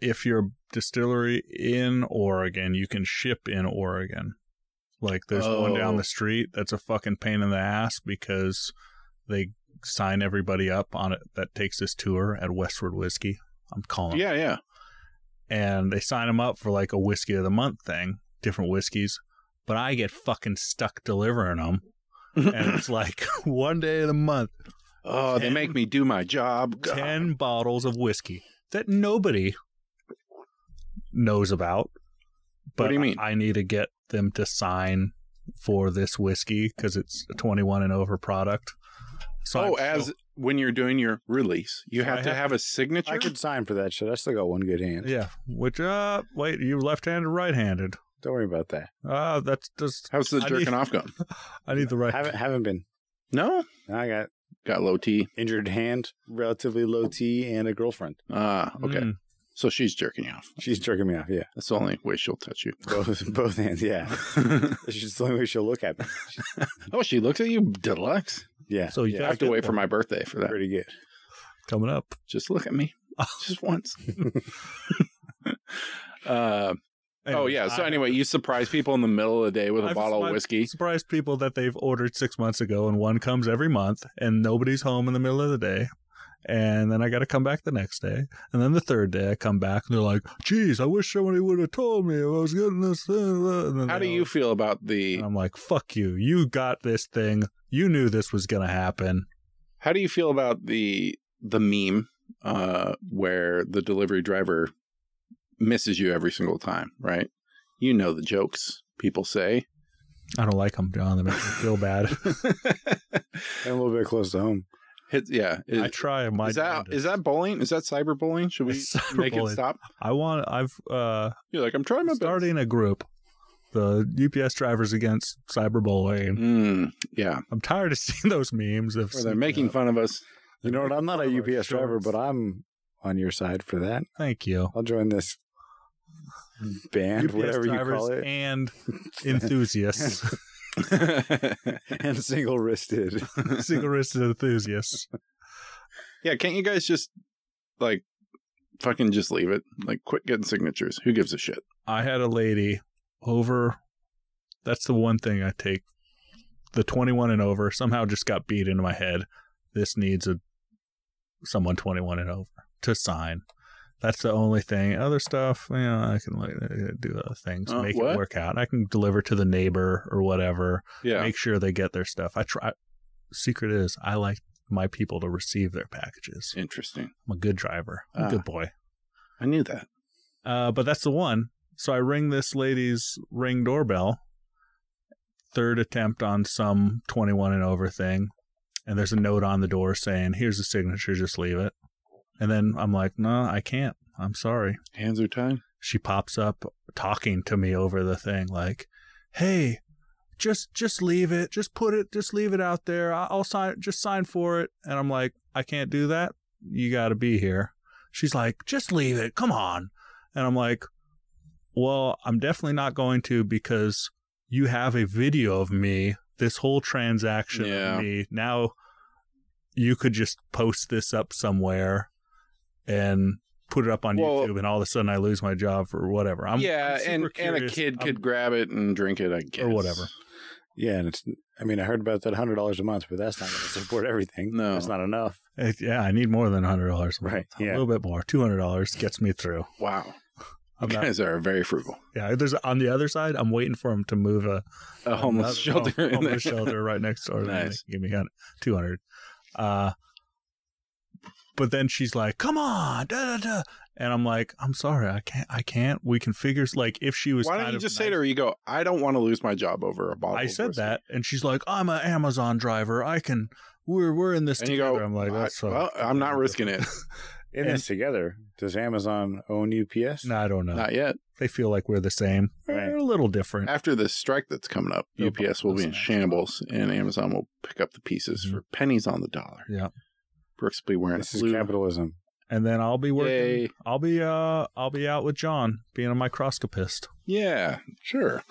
Speaker 3: if your distillery in Oregon, you can ship in Oregon. Like there's one down
Speaker 1: Oh.
Speaker 3: the street that's a fucking pain in the ass because they sign everybody up on it that takes this tour at Westward Whiskey. I'm calling.
Speaker 1: Yeah, yeah.
Speaker 3: and they sign them up for like a whiskey of the month thing, different whiskeys. But I get fucking stuck delivering them,
Speaker 1: <laughs>
Speaker 3: and it's like <laughs> one day of the month,
Speaker 1: oh, they
Speaker 3: Ten-
Speaker 1: make me do my job. God.
Speaker 3: ten bottles of whiskey that nobody knows about. But
Speaker 1: What do you mean?
Speaker 3: I, I need to get them to sign for this whiskey because it's a twenty-one and over product. So
Speaker 1: Oh,
Speaker 3: I'm-
Speaker 1: as when you're doing your release, you
Speaker 3: So
Speaker 1: have
Speaker 3: I
Speaker 1: to
Speaker 3: have
Speaker 1: have a signature.
Speaker 2: I could sign for that shit. I still got one good hand.
Speaker 3: yeah. Which uh, wait, you left-handed, or right-handed?
Speaker 2: Don't worry about that.
Speaker 3: Uh, that's just
Speaker 1: How's the
Speaker 3: I
Speaker 1: jerking
Speaker 3: need-
Speaker 1: off
Speaker 3: <laughs>
Speaker 1: going?
Speaker 3: I need the right.
Speaker 2: Haven't haven't been.
Speaker 1: No,
Speaker 2: I got
Speaker 1: got low T.
Speaker 2: injured hand, relatively low T, and a girlfriend.
Speaker 1: Ah, okay.
Speaker 3: Mm.
Speaker 1: So she's jerking you off.
Speaker 2: She's jerking me off. Yeah,
Speaker 1: That's the only way she'll touch you.
Speaker 2: both <laughs> both
Speaker 1: <laughs>
Speaker 2: hands. Yeah,
Speaker 3: <laughs>
Speaker 2: she's the only way she'll look at me.
Speaker 1: oh, she looks at you, deluxe.
Speaker 2: Yeah,
Speaker 3: So you
Speaker 2: yeah,
Speaker 1: I have to wait for my birthday for that.
Speaker 2: pretty good.
Speaker 3: coming up.
Speaker 1: Just look at me,
Speaker 3: <laughs>
Speaker 1: just once. uh, oh yeah. So
Speaker 3: I-
Speaker 1: anyway, you surprise people in the middle of the day with a
Speaker 3: I've
Speaker 1: bottle of
Speaker 3: surprised-
Speaker 1: whiskey.
Speaker 3: surprised people that they've ordered six months ago, and one comes every month, and nobody's home in the middle of the day. And then I got to come back the next day, and then the third day I come back, and they're like, "Geez, I wish somebody would have told me if I was getting this." Thing. And then
Speaker 1: How do
Speaker 3: they
Speaker 1: you
Speaker 3: all-
Speaker 1: feel about the?
Speaker 3: And I'm like, "Fuck you! You got this thing. You knew this was gonna happen."
Speaker 1: How do you feel about the the meme uh, where the delivery driver misses you every single time? Right? You know the jokes people
Speaker 3: <laughs>
Speaker 1: say.
Speaker 3: I don't like them, John. They make me
Speaker 1: <laughs>
Speaker 3: feel bad.
Speaker 2: <laughs> And a little bit close to home.
Speaker 1: Hit- yeah. Is,
Speaker 3: I try my
Speaker 1: is that
Speaker 3: damnedest.
Speaker 1: is that bullying? Is that cyberbullying? Should we
Speaker 3: It's
Speaker 1: <laughs> make it
Speaker 3: cyberbullying.
Speaker 1: stop?
Speaker 3: I want. I've uh,
Speaker 1: You're like, I'm trying my best.
Speaker 3: starting a group, the UPS drivers against cyberbullying.
Speaker 1: Mm, yeah,
Speaker 3: I'm tired of <laughs> seeing those memes of
Speaker 1: where they're making fun of us.
Speaker 2: You know what? I'm not a
Speaker 3: Oh,
Speaker 2: UPS driver,
Speaker 3: shorts.
Speaker 2: but I'm on your side for that.
Speaker 3: Thank you.
Speaker 2: I'll join this band,
Speaker 3: UPS
Speaker 2: whatever you
Speaker 3: drivers
Speaker 2: call
Speaker 1: <laughs>
Speaker 2: it,
Speaker 3: and
Speaker 2: <laughs>
Speaker 3: enthusiasts,
Speaker 2: and single wristed.
Speaker 3: <laughs> single-wristed enthusiasts.
Speaker 1: yeah, can't you guys just like fucking just leave it? Like, quit getting signatures. Who gives a shit?
Speaker 3: I had a lady over. That's the one thing I take. The 21 and over somehow just got beat into my head. This needs a someone 21 and over to sign. That's the only thing. Other stuff, you know, I can like uh, do other things,
Speaker 1: Uh,
Speaker 3: make
Speaker 1: what?
Speaker 3: it work out. I can deliver to the neighbor or whatever.
Speaker 1: Yeah,
Speaker 3: make sure they get their stuff. I try. Secret is, I like my people to receive their packages.
Speaker 1: interesting.
Speaker 3: I'm a good driver. I'm
Speaker 1: Ah.
Speaker 3: a good boy.
Speaker 1: I knew that.
Speaker 3: Uh, but that's the one. So I ring this lady's ring doorbell. Third attempt on some 21 and over thing, and there's a note on the door saying, "Here's the signature. Just leave it." And then I'm like, "No, I can't. I'm sorry."
Speaker 1: Hands are tied.
Speaker 3: she pops up talking to me over the thing like hey just just leave it just put it just leave it out there I- i'll sign just sign for it and i'm like i can't do that you gotta be here she's like just leave it come on and i'm like well i'm definitely not going to because you have a video of me this whole transaction
Speaker 1: Yeah.
Speaker 3: of me now you could just post this up somewhere and put it up on
Speaker 1: Well-
Speaker 3: YouTube, and all of a sudden I lose my job for whatever. I'm
Speaker 1: yeah,
Speaker 3: I'm super
Speaker 1: and and a
Speaker 3: curious.
Speaker 1: kid
Speaker 3: I'm-
Speaker 1: could grab it and drink it, I guess,
Speaker 3: whatever.
Speaker 2: Yeah, and it's. I mean, I heard about that hundred dollars a month, but that's not going to support everything.
Speaker 1: No.
Speaker 2: that's not enough.
Speaker 3: It- eh, yeah, I need more than hundred dollars.
Speaker 2: Right,
Speaker 3: a
Speaker 2: yeah.
Speaker 3: little bit more. Two hundred dollars gets me through.
Speaker 1: Wow,
Speaker 3: I'm
Speaker 1: you <laughs>
Speaker 3: not,
Speaker 1: guys are very frugal.
Speaker 3: yeah, there's on the other side. I'm waiting for him to move a
Speaker 1: A homeless
Speaker 3: another-
Speaker 1: shelter. in
Speaker 3: homeless
Speaker 1: there.
Speaker 3: shelter right next door.
Speaker 1: Nice.
Speaker 3: Nice. Give me two hundred. Uh, but then she's like, "Come on, da da da," and I'm like, "I'm sorry, I can't. I can't. We can figure." Like, if she was,
Speaker 1: Why
Speaker 3: kind
Speaker 1: don't you
Speaker 3: of
Speaker 1: just
Speaker 3: nice-
Speaker 1: say to her, "You go, I don't want to lose my job over a bottle."
Speaker 3: I
Speaker 1: of
Speaker 3: said
Speaker 1: whiskey."
Speaker 3: that, and she's like, "I'm an Amazon driver. I can. We're we're in this
Speaker 1: and you
Speaker 3: together."
Speaker 1: go.
Speaker 3: I'm like,
Speaker 1: "I-
Speaker 3: "That's so-
Speaker 1: well, I'm not risking it.
Speaker 2: In
Speaker 3: And-
Speaker 2: this together, does Amazon own UPS?
Speaker 3: No, I don't know.
Speaker 1: not yet.
Speaker 3: They feel like we're the same.
Speaker 2: Right.
Speaker 3: We're a little different.
Speaker 1: After this strike that's coming up,
Speaker 3: No, but
Speaker 1: UPS will be in
Speaker 3: that's-
Speaker 1: shambles, and Amazon will pick up the pieces
Speaker 3: Mhm.
Speaker 1: for pennies on the dollar.
Speaker 3: Yeah.
Speaker 1: Brooks will be wearing
Speaker 2: This
Speaker 1: a
Speaker 2: is
Speaker 1: blue.
Speaker 2: capitalism.
Speaker 3: And then I'll be working.
Speaker 1: Yay.
Speaker 3: I'll be uh I'll be out with John being a microscopist.
Speaker 1: Yeah, sure.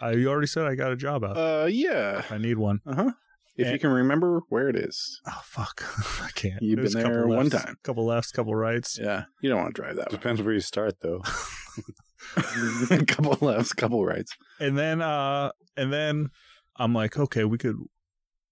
Speaker 3: I you already said I got a job out.
Speaker 1: Uh, yeah.
Speaker 3: I need one.
Speaker 1: Uh huh. If you
Speaker 3: And-
Speaker 1: can remember where it is,
Speaker 3: Oh fuck, <laughs> I can't.
Speaker 1: You've
Speaker 3: There's
Speaker 1: been
Speaker 3: a couple
Speaker 1: there one
Speaker 3: lefts-
Speaker 1: time.
Speaker 3: couple lefts, couple rights.
Speaker 1: yeah, you don't want to drive that way.
Speaker 2: Depends where you start, though.
Speaker 1: a
Speaker 3: <laughs>
Speaker 1: <laughs> couple lefts, couple rights.
Speaker 3: and then uh and then i'm like okay we could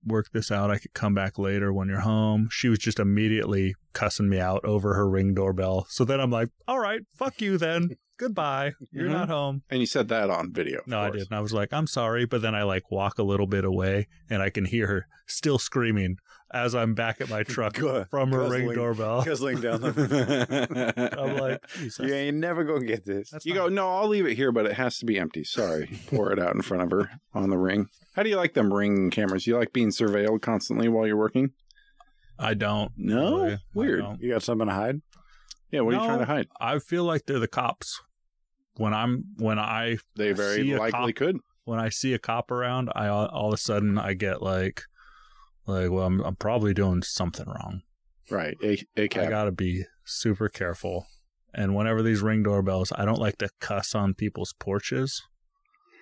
Speaker 3: work this out i could come back later when you're home she was just immediately cussing me out over her ring doorbell so then i'm like all right fuck you then goodbye you're
Speaker 1: Mhm.
Speaker 3: not home
Speaker 1: And you said that on video. of
Speaker 3: no i
Speaker 1: course.
Speaker 3: didn't i was like i'm sorry but then i like walk a little bit away and i can hear her still screaming as i'm back
Speaker 1: <laughs>
Speaker 3: at my truck
Speaker 2: Gu-
Speaker 3: from her ring
Speaker 2: guzzling-
Speaker 3: doorbell <laughs>
Speaker 2: Guzzling <laughs> down the. <laughs>
Speaker 3: i'm <laughs>
Speaker 1: I'm
Speaker 3: like Jesus.
Speaker 2: you ain't never gonna get this.
Speaker 3: that's
Speaker 1: you
Speaker 3: not-
Speaker 1: go, no, I'll leave it here, but it has to be empty. Sorry. Pour it out in front of her on the ring. How do you like them ring cameras? You like being surveilled constantly while you're working?
Speaker 3: i don't
Speaker 1: No?
Speaker 3: really. I
Speaker 1: Weird.
Speaker 3: don't.
Speaker 2: You got something to hide?
Speaker 1: Yeah, what are
Speaker 3: Oh, No.
Speaker 1: you trying to hide?
Speaker 3: i feel like they're the cops when i'm when i
Speaker 1: They
Speaker 3: I
Speaker 1: very
Speaker 3: see a
Speaker 1: likely
Speaker 3: cop.
Speaker 1: could.
Speaker 3: when I see a cop around, I all, all of a sudden I get like, like, well, I'm, I'm probably doing something wrong.
Speaker 1: Right. A, a
Speaker 3: I
Speaker 1: cab.
Speaker 3: gotta be super careful. And whenever these ring doorbells, I don't like to cuss on people's porches.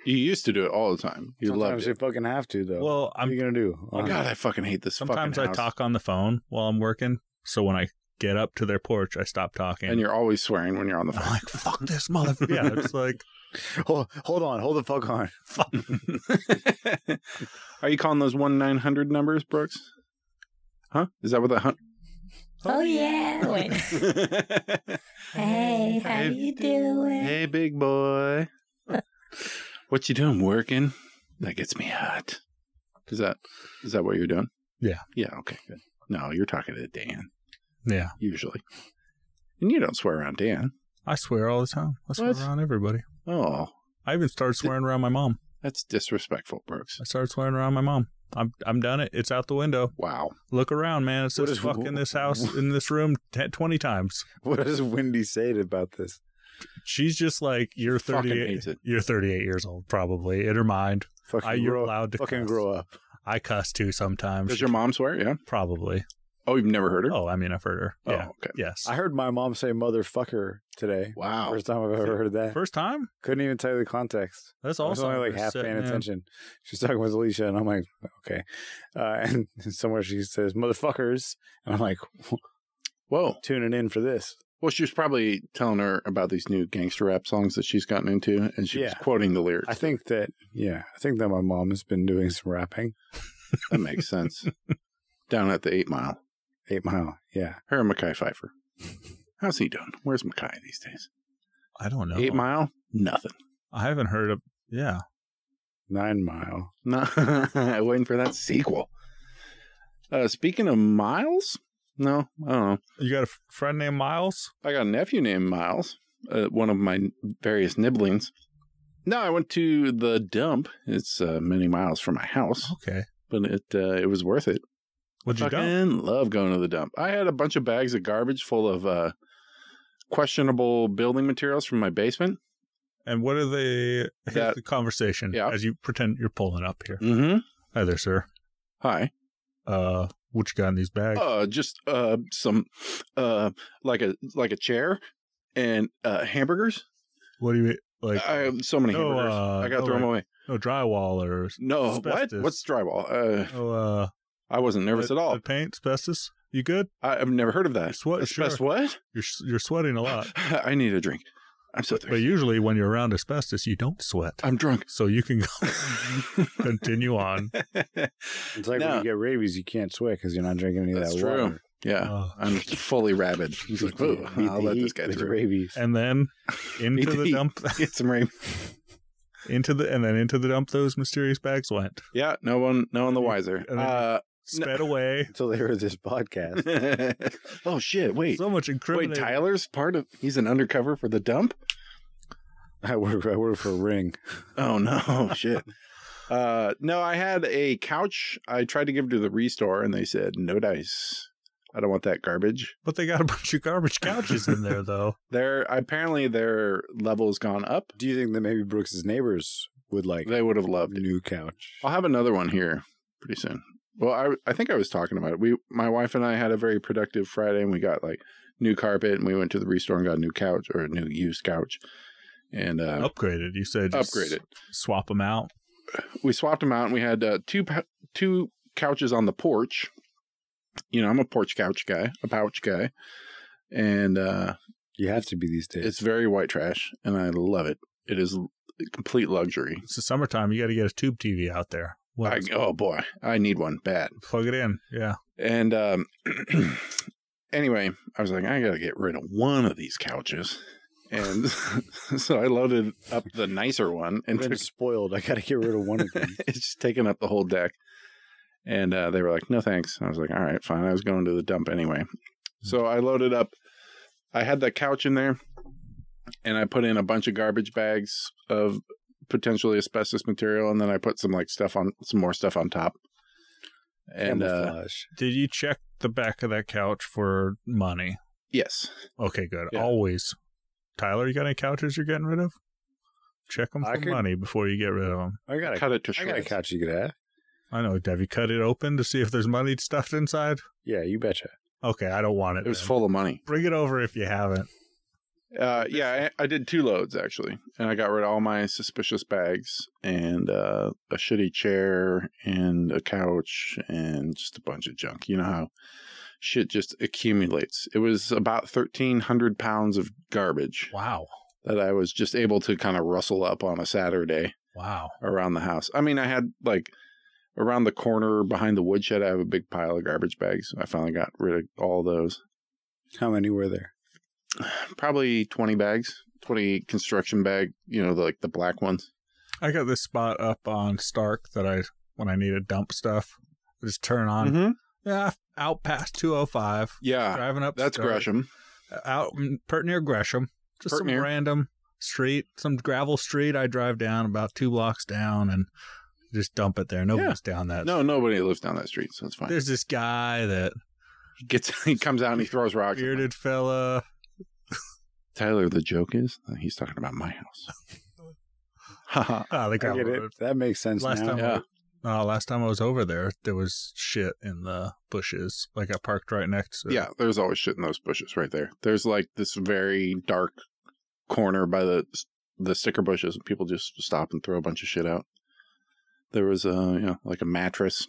Speaker 1: you used to do it all the time. You
Speaker 2: Sometimes
Speaker 1: loved
Speaker 2: you
Speaker 1: it.
Speaker 2: fucking have to, though.
Speaker 3: Well,
Speaker 2: what are
Speaker 3: I'm
Speaker 2: you gonna do?
Speaker 1: Oh, God, I fucking hate this
Speaker 3: sometimes
Speaker 1: fucking
Speaker 3: I
Speaker 1: house.
Speaker 3: talk on the phone while I'm working, so when I get up to their porch, I stop talking.
Speaker 1: And you're always swearing when you're on the
Speaker 3: I'm like, fuck this motherfucker.
Speaker 1: <laughs>
Speaker 3: yeah, it's like,
Speaker 2: Hold, hold on, hold the fuck on. <laughs>
Speaker 1: phone. <laughs> are you calling those 1 900 numbers, Brooks? Huh? Is that what the hun-
Speaker 4: Oh yeah. <laughs> Wait.
Speaker 3: <laughs>
Speaker 4: Hey, how you doing?
Speaker 1: Hey, big boy. what you doing? Working? That gets me hot. Is that is that what you're doing?
Speaker 3: Yeah.
Speaker 1: Yeah. Okay. Good. No, you're talking to Dan
Speaker 3: yeah,
Speaker 1: usually, and you don't swear around Dan.
Speaker 3: I swear all the time. I swear
Speaker 1: What?
Speaker 3: around everybody.
Speaker 1: Oh,
Speaker 3: I even started swearing around my mom.
Speaker 1: that's disrespectful, Brooks.
Speaker 3: I started swearing around my mom. I'm I'm done it. It's out the window.
Speaker 1: Wow.
Speaker 3: Look around, man. It
Speaker 2: What
Speaker 3: says
Speaker 2: is-
Speaker 3: fuck in this house, in this room, t- 20 times.
Speaker 2: What does Wendy say about this?
Speaker 3: She's just like, you're
Speaker 1: Fucking
Speaker 3: 38.
Speaker 1: hates it.
Speaker 3: You're 38 years old, probably, in her mind.
Speaker 2: Fucking
Speaker 3: I, you're
Speaker 2: grow,
Speaker 3: allowed to
Speaker 2: fucking
Speaker 3: cuss.
Speaker 2: grow up.
Speaker 3: I cuss too sometimes.
Speaker 1: Does your mom swear? Yeah.
Speaker 3: Probably.
Speaker 1: Oh, you've never heard her.
Speaker 3: Oh, I mean, I've heard her.
Speaker 1: Oh,
Speaker 3: Yeah.
Speaker 1: okay.
Speaker 3: Yes.
Speaker 2: I heard my mom say motherfucker today.
Speaker 1: Wow.
Speaker 2: First time I've ever heard that.
Speaker 3: First time?
Speaker 2: Couldn't even tell you the context.
Speaker 3: That's
Speaker 2: I was
Speaker 3: also
Speaker 2: only like half paying attention. She's talking with Alicia, and I'm like, okay. Uh, and <laughs> somewhere she says motherfuckers, and I'm like,
Speaker 1: Whoa.
Speaker 2: tuning in for this.
Speaker 1: Well, she was probably telling her about these new gangster rap songs that she's gotten into, and she was
Speaker 2: Yeah.
Speaker 1: quoting the lyrics.
Speaker 2: I think that, yeah, I think that my mom has been doing some rapping.
Speaker 1: that makes sense. Down at the Eight Mile.
Speaker 2: Eight Mile, yeah.
Speaker 1: Her and Mackay Pfeiffer. How's he doing? Where's Mackay these days?
Speaker 3: I don't know.
Speaker 1: Eight Mile? Nothing.
Speaker 3: I haven't heard of. Yeah.
Speaker 2: Nine Mile.
Speaker 1: No, <laughs> waiting for that sequel. Uh, speaking of Miles, no, I don't know.
Speaker 3: You got a f- friend named Miles?
Speaker 1: I got a nephew named Miles, uh, one of my various nibblings. No, I went to the dump. It's uh, many miles from my house,
Speaker 3: Okay.
Speaker 1: but it uh, it was worth it.
Speaker 3: What'd you do?
Speaker 1: Fucking love going to the dump. I had a bunch of bags of garbage full of uh, questionable building materials from my basement.
Speaker 3: And what are they? Here's
Speaker 1: That-
Speaker 3: the conversation
Speaker 1: Yeah.
Speaker 3: as you pretend you're pulling up here.
Speaker 1: Mm-hmm.
Speaker 3: Hi there, sir.
Speaker 1: Hi.
Speaker 3: Uh, what you got in these bags?
Speaker 1: uh just uh some uh like a like a chair and uh hamburgers
Speaker 3: what do you like?
Speaker 1: i have so many
Speaker 3: No,
Speaker 1: hamburgers
Speaker 3: uh,
Speaker 1: i gotta
Speaker 3: no,
Speaker 1: throw them
Speaker 3: like-
Speaker 1: away
Speaker 3: no drywall or
Speaker 1: no what
Speaker 3: asbestos.
Speaker 1: what's drywall uh
Speaker 3: oh, uh,
Speaker 1: i wasn't nervous
Speaker 3: the-
Speaker 1: at all
Speaker 3: The paint asbestos. You good?
Speaker 1: I, I've never heard of that.
Speaker 3: It's what-
Speaker 1: Asbest
Speaker 3: sure.
Speaker 1: what? <laughs>
Speaker 3: You're s- you're sweating a lot.
Speaker 1: I need a drink. I'm so
Speaker 3: But
Speaker 1: thirsty.
Speaker 3: usually when you're around asbestos, you don't sweat.
Speaker 1: I'm
Speaker 3: <laughs>
Speaker 1: drunk. <laughs>
Speaker 3: So you can continue on.
Speaker 2: It's like when
Speaker 1: No.
Speaker 2: you get rabies, you can't sweat because you're not drinking any
Speaker 1: That's
Speaker 2: of that
Speaker 1: true.
Speaker 2: water.
Speaker 1: yeah.
Speaker 3: Uh,
Speaker 1: I'm fully rabid. He's
Speaker 2: <laughs>
Speaker 1: like, "Ooh,
Speaker 2: Beat
Speaker 1: I'll
Speaker 2: the
Speaker 1: let this
Speaker 2: heat
Speaker 1: guy
Speaker 2: with
Speaker 1: through. <laughs>
Speaker 2: Rabies.
Speaker 3: and then into
Speaker 1: Eat the
Speaker 3: the
Speaker 1: heat.
Speaker 3: dump,
Speaker 1: <laughs> Get some rain.
Speaker 3: into the and then into the dump. Those mysterious bags went,
Speaker 1: Yeah, no one, no one the wiser.
Speaker 3: I mean-
Speaker 1: <laughs>
Speaker 3: sped away.
Speaker 2: Until they heard this podcast.
Speaker 1: Uh, <laughs> oh shit! Wait,
Speaker 3: So much
Speaker 1: wait.
Speaker 3: incriminating.
Speaker 1: Tyler's part of. He's an undercover for the dump.
Speaker 2: I work, I work for Ring.
Speaker 1: Oh no, <laughs> shit. Uh, no, I had a couch. I tried to give to the restore, and they said no dice. I don't want that garbage.
Speaker 3: but they got a bunch of garbage couches in
Speaker 1: <laughs>
Speaker 3: there, though.
Speaker 1: Their apparently their level's gone up.
Speaker 2: Do you think that maybe Brooks' neighbors would like
Speaker 1: They would have loved it.
Speaker 2: new couch?
Speaker 1: I'll have another one here pretty soon. Well, I I think I was talking about it. We my wife and I had a very productive Friday and we got like new carpet and we went to the restore and got a new couch or a new used couch. And uh
Speaker 3: Upgraded. You said Oh, just
Speaker 1: upgraded.
Speaker 3: Swap them out.
Speaker 1: We swapped them out and we had uh, two pa- two couches on the porch. You know, I'm a porch couch guy, a pouch guy. And uh
Speaker 2: You have to be these days.
Speaker 1: it's very white trash and I love it. It is l- complete luxury.
Speaker 3: It's the summertime. You got to get a tube TV out there. What,
Speaker 1: I, oh boy, I need one bad.
Speaker 3: plug it in. Yeah.
Speaker 1: And um, <clears throat> anyway, I was like, I got to get rid of one of these couches. And <laughs> so I loaded up the nicer one and
Speaker 2: I've
Speaker 1: took, <laughs>
Speaker 2: been spoiled. I got to get rid of one of them.
Speaker 1: it's just taking up the whole deck. And uh, they were like, no, thanks. I was like, all right, fine. I was going to the dump anyway. So I loaded up, I had that couch in there and I put in a bunch of garbage bags of potentially asbestos material. And then I put some like stuff on, some more stuff on top. And uh,
Speaker 2: Camouflage.
Speaker 3: Did you check the back of that couch for money?
Speaker 1: yes,
Speaker 3: Okay, good.
Speaker 1: Yeah.
Speaker 3: Always. Tyler, you got any couches you're getting rid of? Check them
Speaker 2: I
Speaker 3: for
Speaker 2: could-
Speaker 3: money before you get rid of them.
Speaker 2: I got a,
Speaker 1: cut it to
Speaker 2: I
Speaker 1: shreds.
Speaker 2: got a couch you could have.
Speaker 3: I know. Have you cut it open to see if there's money stuffed inside?
Speaker 2: Yeah, you betcha.
Speaker 3: Okay, I don't want it.
Speaker 1: It was
Speaker 3: then.
Speaker 1: full of money.
Speaker 3: Bring it over if you haven't.
Speaker 1: Uh, yeah, I, I did two loads actually, and I got rid of all my suspicious bags and uh, a shitty chair and a couch and just a bunch of junk. You know how shit just accumulates. It was about thirteen hundred pounds of garbage
Speaker 3: Wow.
Speaker 1: that I was just able to kind of rustle up on a Saturday
Speaker 3: Wow.
Speaker 1: around the house. I mean, I had like around the corner behind the woodshed. I have a big pile of garbage bags. I finally got rid of all those.
Speaker 2: How many were there?
Speaker 1: probably 20 bags 20 construction bag you know the, like the black ones
Speaker 3: I got this spot up on Stark that I, when I need to dump stuff, I just turn on.
Speaker 2: Mm-hmm.
Speaker 3: Yeah, out past 205,
Speaker 1: yeah
Speaker 3: driving up.
Speaker 1: Ah, that's
Speaker 3: Stark,
Speaker 1: gresham
Speaker 3: Out in Pert near Gresham. Just
Speaker 1: Pert
Speaker 3: some
Speaker 1: near.
Speaker 3: random street, some gravel street I drive down about two blocks down and just dump it there. Nobody's down that.
Speaker 1: no nobody lives down that street so it's fine
Speaker 3: There's this guy that
Speaker 1: he gets <laughs> he comes out and he throws rocks at
Speaker 3: bearded fella.
Speaker 1: me. tyler the joke is that he's talking about my house
Speaker 3: <laughs>
Speaker 1: Haha.
Speaker 3: Ah, the
Speaker 2: I
Speaker 3: gravel
Speaker 2: get it.
Speaker 3: road.
Speaker 2: That makes sense
Speaker 3: Last
Speaker 2: now.
Speaker 3: time,
Speaker 1: Yeah.
Speaker 3: I, uh, last time I was over there, there was shit in the bushes. Like I parked right next. to
Speaker 1: yeah there's always shit in those bushes right there there's like this very dark corner by the the sticker bushes and people just stop and throw a bunch of shit out there was a you know like a mattress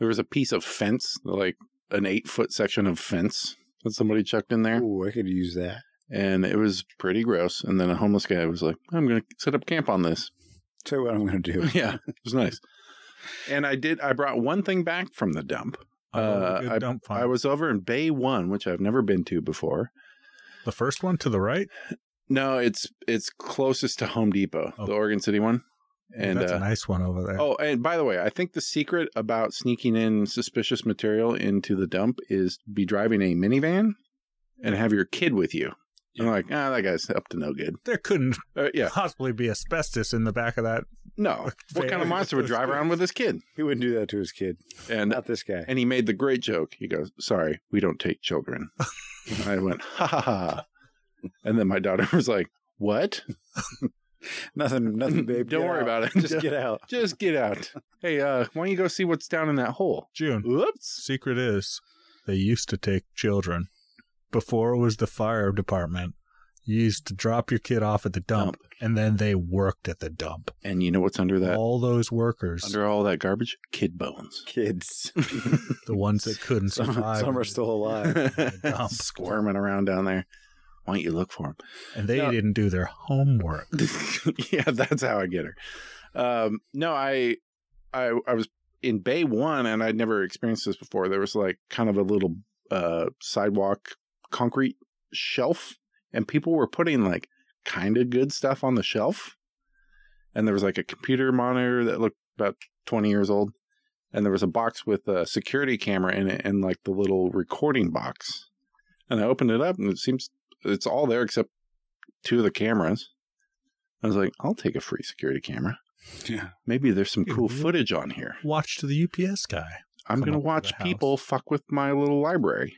Speaker 1: there was a piece of fence like an eight foot section of fence that somebody chucked in there
Speaker 2: Ooh, I could use that.
Speaker 1: and it was pretty gross. And then a homeless guy was like, "I'm going to set up camp on this." <laughs>
Speaker 2: Tell you what I'm going to do.
Speaker 1: yeah, it was nice. And I did. I brought one thing back from the dump.
Speaker 3: I love a
Speaker 1: Uh,
Speaker 3: good dump find.
Speaker 1: I was over in Bay One, which I've never been to before.
Speaker 3: the first one to the right.
Speaker 1: No, it's it's closest to Home Depot,
Speaker 3: Oh.
Speaker 1: the Oregon City one. And
Speaker 3: that's a
Speaker 1: uh,
Speaker 3: nice one over there.
Speaker 1: oh, and by the way, I think the secret about sneaking in suspicious material into the dump is be driving a minivan and have your kid with you. And like, ah, that guy's up to no good.
Speaker 3: there couldn't
Speaker 1: Uh, yeah,
Speaker 3: possibly be asbestos in the back of that. <laughs>
Speaker 1: no. What kind of
Speaker 3: van.
Speaker 1: monster would drive around with his kid?
Speaker 2: He wouldn't do that to his kid.
Speaker 1: And
Speaker 2: Not this guy.
Speaker 1: and he made the great joke. He goes, "Sorry, we don't take
Speaker 3: <laughs>
Speaker 1: children." And I went, "Ha ha ha!" And then my daughter <laughs> was like, "What? <laughs>
Speaker 2: Nothing, nothing, babe.
Speaker 1: Don't
Speaker 2: Get
Speaker 1: worry about
Speaker 2: out.
Speaker 1: it. <laughs>
Speaker 2: Just get out.
Speaker 1: Just get out. Hey, uh, why don't you go see what's down in that hole?"
Speaker 3: June.
Speaker 1: Whoops.
Speaker 3: Secret is they used to take children before it was the fire department. You used to drop your kid off at the dump, and then they worked at the dump.
Speaker 1: And you know what's under that?
Speaker 3: All those workers,
Speaker 1: under all that garbage? Kid
Speaker 2: <laughs>
Speaker 1: bones.
Speaker 2: Kids.
Speaker 3: the ones
Speaker 1: <laughs>
Speaker 3: that couldn't
Speaker 2: some,
Speaker 3: survive,
Speaker 2: some are still alive.
Speaker 3: dump.
Speaker 1: Squirming around down there. Why don't you look for
Speaker 3: and they
Speaker 1: No.
Speaker 3: didn't do their homework.
Speaker 1: them? <laughs> yeah, that's how I get her. Um, no, I, I, I was in Bay One, and I'd never experienced this before. There was like kind of a little uh, sidewalk concrete shelf, and people were putting like kind of good stuff on the shelf. And there was like a computer monitor that looked about 20 years old, and there was a box with a security camera in it and like the little recording box. And I opened it up, and it seems it's all there except two of the cameras. I was like, I'll take a free security camera.
Speaker 2: Yeah.
Speaker 1: Maybe there's some
Speaker 3: Dude,
Speaker 1: cool
Speaker 3: what-
Speaker 1: footage on here.
Speaker 3: Watch to the UPS guy.
Speaker 1: I'm
Speaker 3: come
Speaker 1: going to
Speaker 3: up to
Speaker 1: watch
Speaker 3: the house.
Speaker 1: people fuck with my little library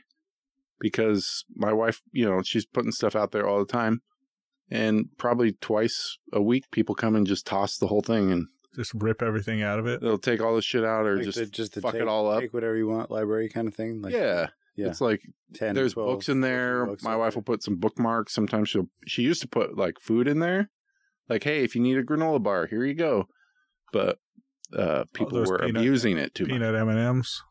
Speaker 1: because my wife, you know, she's putting stuff out there all the time. And probably twice a week, people come and just toss the whole thing and
Speaker 3: Just rip everything out of it.
Speaker 1: they'll take all the shit out <laughs> or just,
Speaker 2: the- just the
Speaker 1: fuck it
Speaker 2: take-
Speaker 1: all up.
Speaker 2: Take whatever you want, library kind of thing. Like
Speaker 1: yeah.
Speaker 2: yeah.
Speaker 1: It's like
Speaker 2: 10,
Speaker 1: there's
Speaker 2: 12,
Speaker 1: books in there.
Speaker 2: 14 books
Speaker 1: My
Speaker 2: in
Speaker 1: wife
Speaker 2: there.
Speaker 1: will put some bookmarks. Sometimes she'll, she used to put like food in there. Like, hey, if you need a granola bar, here you go. But uh, people
Speaker 3: those
Speaker 1: were
Speaker 3: peanut-
Speaker 1: abusing it too much.
Speaker 3: Peanut M and M's.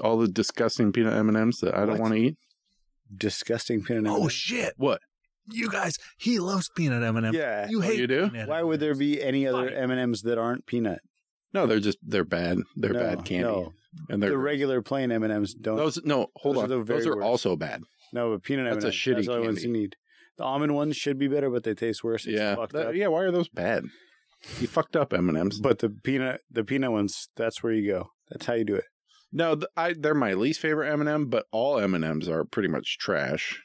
Speaker 1: All the disgusting peanut M&Ms that I don't
Speaker 2: What?
Speaker 1: want to eat.
Speaker 2: disgusting peanut.
Speaker 3: Oh
Speaker 2: M&M.
Speaker 3: shit!
Speaker 1: What?
Speaker 3: You guys, he loves peanut M and M's.
Speaker 2: yeah.
Speaker 3: You
Speaker 1: Oh,
Speaker 3: hate.
Speaker 1: you do?
Speaker 3: peanut
Speaker 2: Why would there
Speaker 3: M&Ms.
Speaker 2: be any other
Speaker 3: Fine.
Speaker 2: M and M's that aren't peanut?
Speaker 1: No, they're just they're bad. They're
Speaker 2: No,
Speaker 1: bad candy,
Speaker 2: No,
Speaker 1: and they're
Speaker 2: the regular plain M and M's don't.
Speaker 1: those. No, hold on.
Speaker 2: those are the
Speaker 1: those
Speaker 2: very
Speaker 1: are
Speaker 2: worst.
Speaker 1: also bad.
Speaker 2: no, but peanut M
Speaker 1: That's
Speaker 2: and
Speaker 1: a
Speaker 2: M's.
Speaker 1: shitty
Speaker 2: That's the only ones you
Speaker 1: candy.
Speaker 2: need. The almond ones should be better, but they taste worse. It's
Speaker 1: yeah,
Speaker 2: fucked
Speaker 1: That-
Speaker 2: up.
Speaker 1: yeah. Why are those bad? You fucked up M and M's.
Speaker 2: But the peanut, the peanut ones, that's where you go. That's how you do it.
Speaker 1: No, th- I they're my least favorite M and M. But all M and M's are pretty much trash.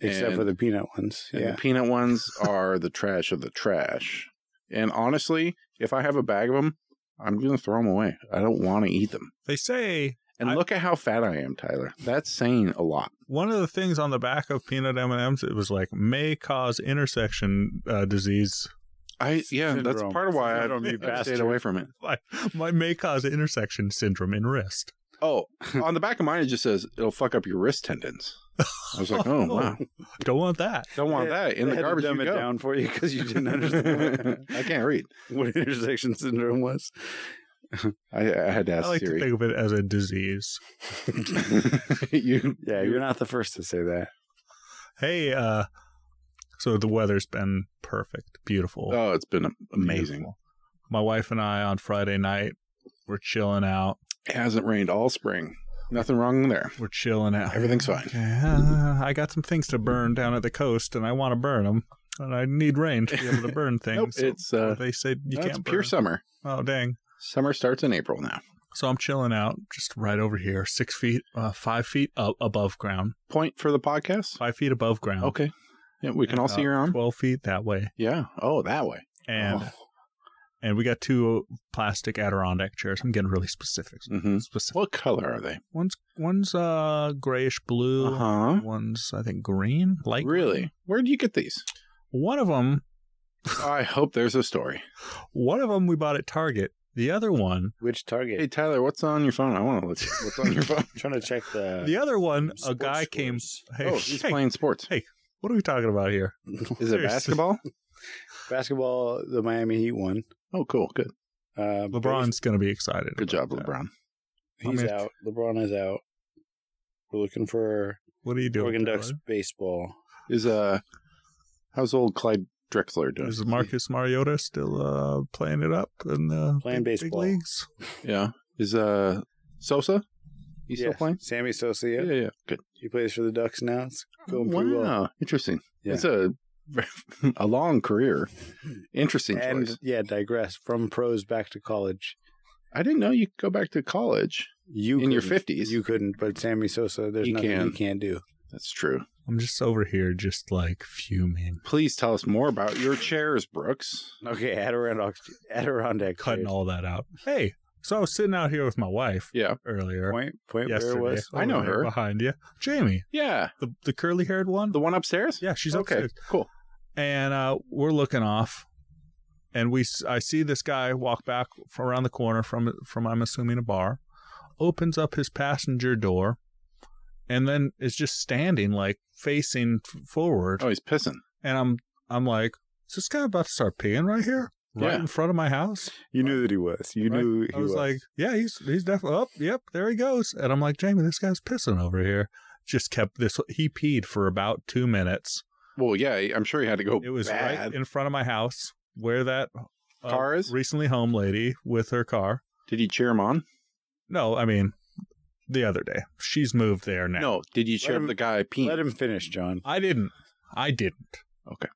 Speaker 2: Except
Speaker 1: And-
Speaker 2: for the peanut ones.
Speaker 1: And
Speaker 2: Yeah.
Speaker 1: the peanut ones are the trash of the trash. And honestly, if I have a bag of them, I'm gonna throw them away. I don't want to eat them.
Speaker 3: They say
Speaker 1: And
Speaker 3: I-
Speaker 1: look at how fat I am, Tyler. That's saying a lot.
Speaker 3: one of the things on the back of peanut M and M's it was like may cause intersection uh, disease. <laughs>
Speaker 1: I yeah, that's
Speaker 2: Syndrome.
Speaker 1: part of why I,
Speaker 2: Syndrome, you
Speaker 1: I stayed
Speaker 2: bastard.
Speaker 1: away from it.
Speaker 3: My, my may cause intersection syndrome in wrist.
Speaker 2: <laughs>
Speaker 1: Oh, on the back of mine, it just says it'll fuck up your wrist tendons. I was like,
Speaker 2: <laughs>
Speaker 1: oh, wow.
Speaker 3: Don't want that.
Speaker 1: Don't want that. In the
Speaker 2: They had to
Speaker 1: garbage,
Speaker 2: dumb
Speaker 1: you
Speaker 2: it
Speaker 1: go.
Speaker 2: down for you because you didn't understand
Speaker 1: <laughs> I can't read.
Speaker 2: what intersection syndrome was.
Speaker 1: I, I had to ask
Speaker 3: I like to
Speaker 1: Siri.
Speaker 3: think of it as a disease.
Speaker 1: <laughs>
Speaker 2: <laughs>
Speaker 1: you,
Speaker 2: Yeah, you're not the first to say that.
Speaker 3: Hey, uh, so the weather's been perfect, beautiful.
Speaker 1: oh, it's been amazing.
Speaker 3: Beautiful. My wife and I on Friday night, we're chilling out.
Speaker 1: It hasn't rained all spring. Nothing wrong there.
Speaker 3: We're chilling out.
Speaker 1: Everything's fine.
Speaker 3: Yeah, I got some things to burn down at the coast, and I want to burn them, and I need rain to be able to
Speaker 1: <laughs>
Speaker 3: burn things.
Speaker 1: Nope,
Speaker 3: So
Speaker 1: it's uh,
Speaker 3: they said you
Speaker 1: no, it's
Speaker 3: can't
Speaker 1: pure
Speaker 3: burn.
Speaker 1: summer.
Speaker 3: Oh dang!
Speaker 1: Summer starts in April now.
Speaker 3: So I'm chilling out, just right over here, six feet, uh, five feet up above ground,
Speaker 1: Point for the podcast.
Speaker 3: five feet above ground.
Speaker 2: Oh.
Speaker 1: Okay. Yeah, we can all see
Speaker 3: About
Speaker 1: your arm.
Speaker 3: Twelve feet that way,
Speaker 1: Yeah. Oh, that way.
Speaker 3: and
Speaker 1: Oh.
Speaker 3: and we got two plastic Adirondack chairs. I'm getting really specific.
Speaker 1: hmm
Speaker 3: Specific.
Speaker 1: What color are they?
Speaker 3: One's one's uh grayish blue.
Speaker 1: Uh huh.
Speaker 3: One's I think green, light. green.
Speaker 1: Really? Where'd you get these?
Speaker 3: One of them,
Speaker 1: I hope there's a story.
Speaker 3: one of them we bought at Target. The other one,
Speaker 2: Which target?
Speaker 1: Hey Tyler, what's on your phone? I want
Speaker 3: <laughs>
Speaker 1: to look at what's on your phone.
Speaker 2: I'm trying to check the.
Speaker 1: Uh,
Speaker 3: the other one, a
Speaker 2: sports
Speaker 3: guy came. <laughs>
Speaker 2: scores.
Speaker 3: Hey,
Speaker 1: oh, he's
Speaker 3: hey,
Speaker 1: playing sports.
Speaker 3: what are we talking about here?
Speaker 1: Is it
Speaker 3: seriously.
Speaker 1: basketball?
Speaker 2: Basketball, the Miami Heat won.
Speaker 1: Oh, cool. Good.
Speaker 2: Uh,
Speaker 3: LeBron's going to be excited.
Speaker 1: Good
Speaker 3: about
Speaker 1: job,
Speaker 3: that.
Speaker 1: LeBron.
Speaker 2: Bas- He's
Speaker 3: I mean-
Speaker 2: out. LeBron is out. We're looking for
Speaker 3: What are you doing?
Speaker 2: Oregon
Speaker 3: Tyler?
Speaker 2: Ducks baseball.
Speaker 1: Is uh, how's old Clyde Drexler doing?
Speaker 3: Is Marcus Mariota still uh, playing it up in the
Speaker 2: Playing
Speaker 3: big,
Speaker 2: baseball.
Speaker 3: big leagues?
Speaker 1: yeah. Is uh, Sosa? He's still
Speaker 2: Yes,
Speaker 1: playing?
Speaker 2: Sammy Sosa. Yeah.
Speaker 1: yeah. Good.
Speaker 2: He plays for the Ducks now. It's going
Speaker 1: wow.
Speaker 2: pretty well.
Speaker 1: Interesting.
Speaker 2: Yeah.
Speaker 1: It's a <laughs> a long career. Interesting
Speaker 2: And
Speaker 1: choice.
Speaker 2: yeah, digress from pros back to college.
Speaker 1: I didn't know you could go back to college.
Speaker 2: You
Speaker 1: In your
Speaker 2: couldn't.
Speaker 1: 50s.
Speaker 2: you couldn't. But Sammy Sosa, there's
Speaker 1: He
Speaker 2: nothing
Speaker 1: can.
Speaker 2: he can't do.
Speaker 1: That's true.
Speaker 3: I'm just over here, just like fuming,
Speaker 1: Please tell us more about your chairs, Brooks.
Speaker 2: Okay, Adirondack, Adirondack,
Speaker 3: cutting
Speaker 2: chairs.
Speaker 3: all that out. Hey, so I was sitting out here with my wife
Speaker 1: Yeah.
Speaker 3: earlier.
Speaker 2: Point, point where
Speaker 3: yesterday. Oh,
Speaker 2: it was.
Speaker 1: I know
Speaker 3: Over there
Speaker 1: her.
Speaker 3: behind you, Jamie,
Speaker 1: Yeah.
Speaker 3: the the curly haired one.
Speaker 1: The one upstairs?
Speaker 3: yeah, she's
Speaker 1: okay.
Speaker 3: upstairs.
Speaker 1: Cool.
Speaker 3: and uh, we're looking off, and we s- I see this guy walk back f- around the corner from from I'm assuming a bar, opens up his passenger door, and then is just standing like facing f- forward,
Speaker 1: Oh, he's pissing.
Speaker 3: and I'm I'm like, is this guy about to start peeing right here, right
Speaker 1: Yeah.
Speaker 3: in front of my house?
Speaker 2: You knew that he was. You
Speaker 3: Right.
Speaker 2: knew he
Speaker 3: I was, like, yeah, he's he's definitely up. yep, there he goes. And I'm like, Jamie, this guy's pissing over here. Just kept this. He peed for about two minutes.
Speaker 1: Well, yeah, I'm sure he had to go.
Speaker 3: It was
Speaker 1: bad.
Speaker 3: right in front of my house where that uh,
Speaker 1: Car is?
Speaker 3: recently home lady with her car.
Speaker 1: Did you cheer him on?
Speaker 3: No, I mean the other day. She's moved there now.
Speaker 1: No. Did you cheer
Speaker 2: him-
Speaker 1: the guy peeing?
Speaker 3: "Hm."
Speaker 2: let him finish, John.
Speaker 3: I didn't. I didn't.
Speaker 1: Okay.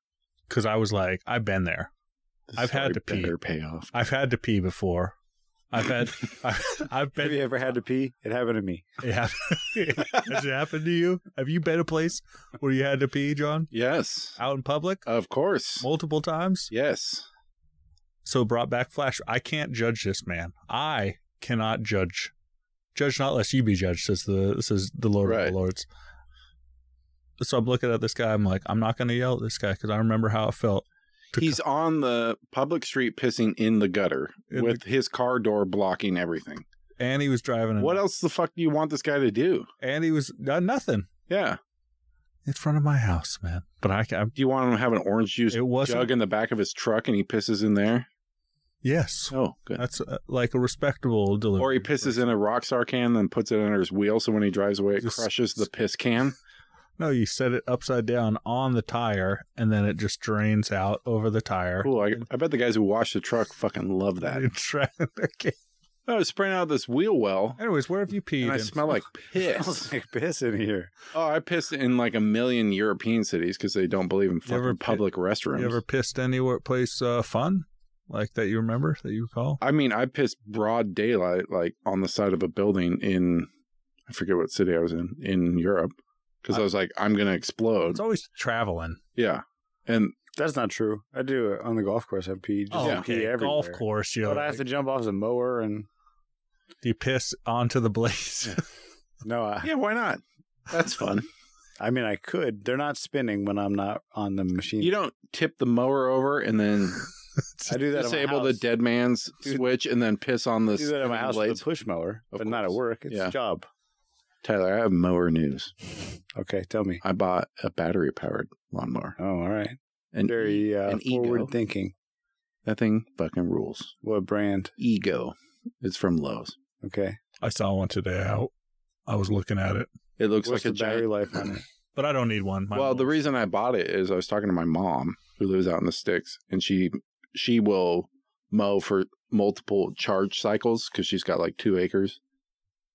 Speaker 3: Because I was like, I've been there.
Speaker 1: This
Speaker 3: I've had
Speaker 1: story
Speaker 3: to pee.
Speaker 1: Better pay off.
Speaker 3: I've had to pee before. I've
Speaker 1: <laughs>
Speaker 3: had. I've, I've
Speaker 2: Have you
Speaker 3: been.
Speaker 2: ever had to pee? It happened to me. <laughs>
Speaker 3: It <laughs> happened, has it happened to you? Have you been a place where you had to pee, John?
Speaker 1: Yes.
Speaker 3: Out in public
Speaker 1: Of course.
Speaker 3: multiple times.
Speaker 1: Yes.
Speaker 3: So it brought back flash. I can't judge this man. I cannot judge. Judge not lest you be judged. Says the says the Lord
Speaker 1: Right.
Speaker 3: of the Lords. So I'm looking at this guy. I'm like, I'm not going to yell at this guy because I remember how it felt. to
Speaker 1: He's on the public street pissing in the gutter
Speaker 3: In
Speaker 1: with his car door blocking everything.
Speaker 3: and he was driving. an-
Speaker 1: What else the fuck do you want this guy to do?
Speaker 3: And he was done nothing
Speaker 1: Yeah.
Speaker 3: in front of my house, man. But I, I
Speaker 1: Do you want him to have an orange juice
Speaker 3: it wasn't.
Speaker 1: jug in the back of his truck and he pisses in there?
Speaker 3: Yes,
Speaker 1: Oh, good.
Speaker 3: that's uh, like a respectable delivery.
Speaker 1: Or he pisses in a Rockstar can then puts it under his wheel so when he drives away it
Speaker 3: Just-
Speaker 1: crushes the piss
Speaker 3: <laughs>
Speaker 1: can.
Speaker 3: No, you set it upside down on the tire, and then it just drains out over the tire. <laughs>
Speaker 1: Cool. I, I bet the guys who wash the truck fucking love that.
Speaker 3: It tra- okay.
Speaker 1: I was spraying Oh, out this wheel well
Speaker 3: Anyways, where have you peed?
Speaker 1: and I
Speaker 3: in?
Speaker 1: smell like
Speaker 2: Smells
Speaker 1: piss.
Speaker 2: like piss in here.
Speaker 1: oh, I pissed in like a million European cities because they don't believe in fucking
Speaker 3: ever pi-
Speaker 1: public restrooms.
Speaker 3: You ever pissed anywhere place uh, fun like that you remember that you recall?
Speaker 1: I mean, I pissed broad daylight, like on the side of a building in, I forget what city I was in, in Europe, because I, was like, I'm going to explode.
Speaker 3: It's always traveling.
Speaker 1: yeah. And
Speaker 2: That's not true. I do it on the golf course. I pee. Just
Speaker 1: Oh,
Speaker 2: pee everywhere.
Speaker 3: golf course. You
Speaker 2: But I
Speaker 3: like,
Speaker 2: have to jump off the mower and
Speaker 3: you piss onto the blades.
Speaker 2: no. I,
Speaker 1: yeah, why not? That's fun.
Speaker 2: I mean, I could. They're not spinning when I'm not on the machine.
Speaker 1: <laughs> you don't tip the mower over and then
Speaker 2: I do that.
Speaker 1: disable
Speaker 2: at my
Speaker 1: the
Speaker 2: house.
Speaker 1: dead man's
Speaker 2: Dude,
Speaker 1: switch and then piss on the
Speaker 2: I do that at my
Speaker 1: spinning
Speaker 2: house with
Speaker 1: blades.
Speaker 2: a push mower,
Speaker 1: Of
Speaker 2: but not at
Speaker 1: course.
Speaker 2: work. It's
Speaker 1: Yeah.
Speaker 2: a job.
Speaker 1: Tyler, I have mower news.
Speaker 2: Okay, tell me.
Speaker 1: I bought a battery powered lawnmower.
Speaker 2: Oh, all right.
Speaker 1: And
Speaker 2: Very uh,
Speaker 1: an ego.
Speaker 2: forward thinking.
Speaker 1: that thing fucking rules.
Speaker 2: What brand?
Speaker 1: Ego. It's from Lowe's.
Speaker 2: Okay.
Speaker 3: <laughs> I saw one today. I, I was looking at it,
Speaker 1: It looks
Speaker 2: What's
Speaker 1: like a
Speaker 2: the battery
Speaker 1: giant
Speaker 2: life on it?
Speaker 3: but I don't need one. My
Speaker 1: well, the
Speaker 3: mom's-
Speaker 1: reason I bought it is I was talking to my mom who lives out in the sticks, and she she will mow for multiple charge cycles because she's got like two acres,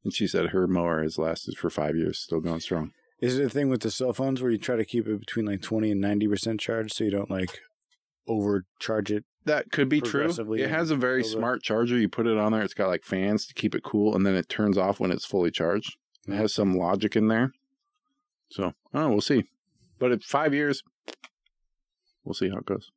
Speaker 1: and she said her mower has lasted for five years, still going strong.
Speaker 2: Is it a thing with the cell phones where you try to keep it between like 20 and 90% charge so you don't like overcharge it?
Speaker 1: That could be true.
Speaker 2: Progressively
Speaker 1: It has a very
Speaker 2: build up.
Speaker 1: smart charger. You put it on there. It's got like fans to keep it cool, and then it turns off when it's fully charged. It has some logic in there. So I don't know, we'll see. But at five years, we'll see how it goes.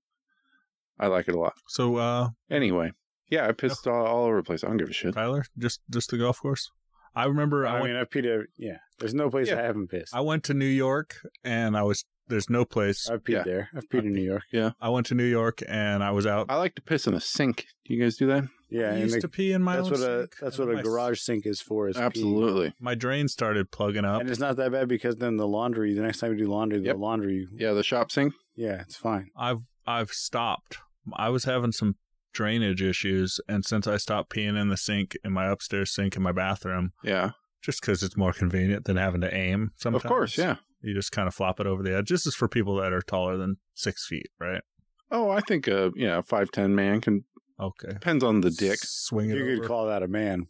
Speaker 1: I like it a lot.
Speaker 3: So, uh,
Speaker 1: Anyway, yeah, I pissed all, all over the place. I don't give a shit.
Speaker 3: Tyler, just just the golf course. I remember I,
Speaker 2: I
Speaker 3: went,
Speaker 2: mean, I peed. every- Yeah. There's no place
Speaker 1: Yeah.
Speaker 2: I haven't pissed.
Speaker 3: I went to New York, and I was there's no place.
Speaker 2: I've peed
Speaker 1: Yeah.
Speaker 2: there. I've peed in New York.
Speaker 3: I went to New York, and I was out.
Speaker 1: I like to piss in a sink. Do you guys do that?
Speaker 2: Yeah.
Speaker 3: I
Speaker 2: and
Speaker 3: used
Speaker 2: the-
Speaker 3: to pee in my
Speaker 2: that's
Speaker 3: own
Speaker 2: what a
Speaker 3: sink,
Speaker 2: that's
Speaker 3: and
Speaker 2: what a
Speaker 3: my-
Speaker 2: garage sink is for. Is peeing.
Speaker 1: Absolutely.
Speaker 3: My drain started plugging up.
Speaker 2: And it's not that bad because then the laundry. The next time you do laundry,
Speaker 1: Yep.
Speaker 2: the laundry.
Speaker 1: Yeah, the shop sink.
Speaker 2: Yeah, it's fine.
Speaker 3: I've I've stopped. I was having some drainage issues, and since I stopped peeing in the sink in my upstairs sink in my bathroom,
Speaker 1: Yeah,
Speaker 3: just because it's more convenient than having to aim. Sometimes,
Speaker 1: of course. Yeah.
Speaker 3: you just kind of flop it over the edge. This is for people that are taller than six feet, right?
Speaker 1: Oh, I think uh, yeah, five ten man can
Speaker 3: Okay,
Speaker 1: depends on the dick.
Speaker 3: swing it.
Speaker 2: You
Speaker 3: over.
Speaker 2: could call that a man.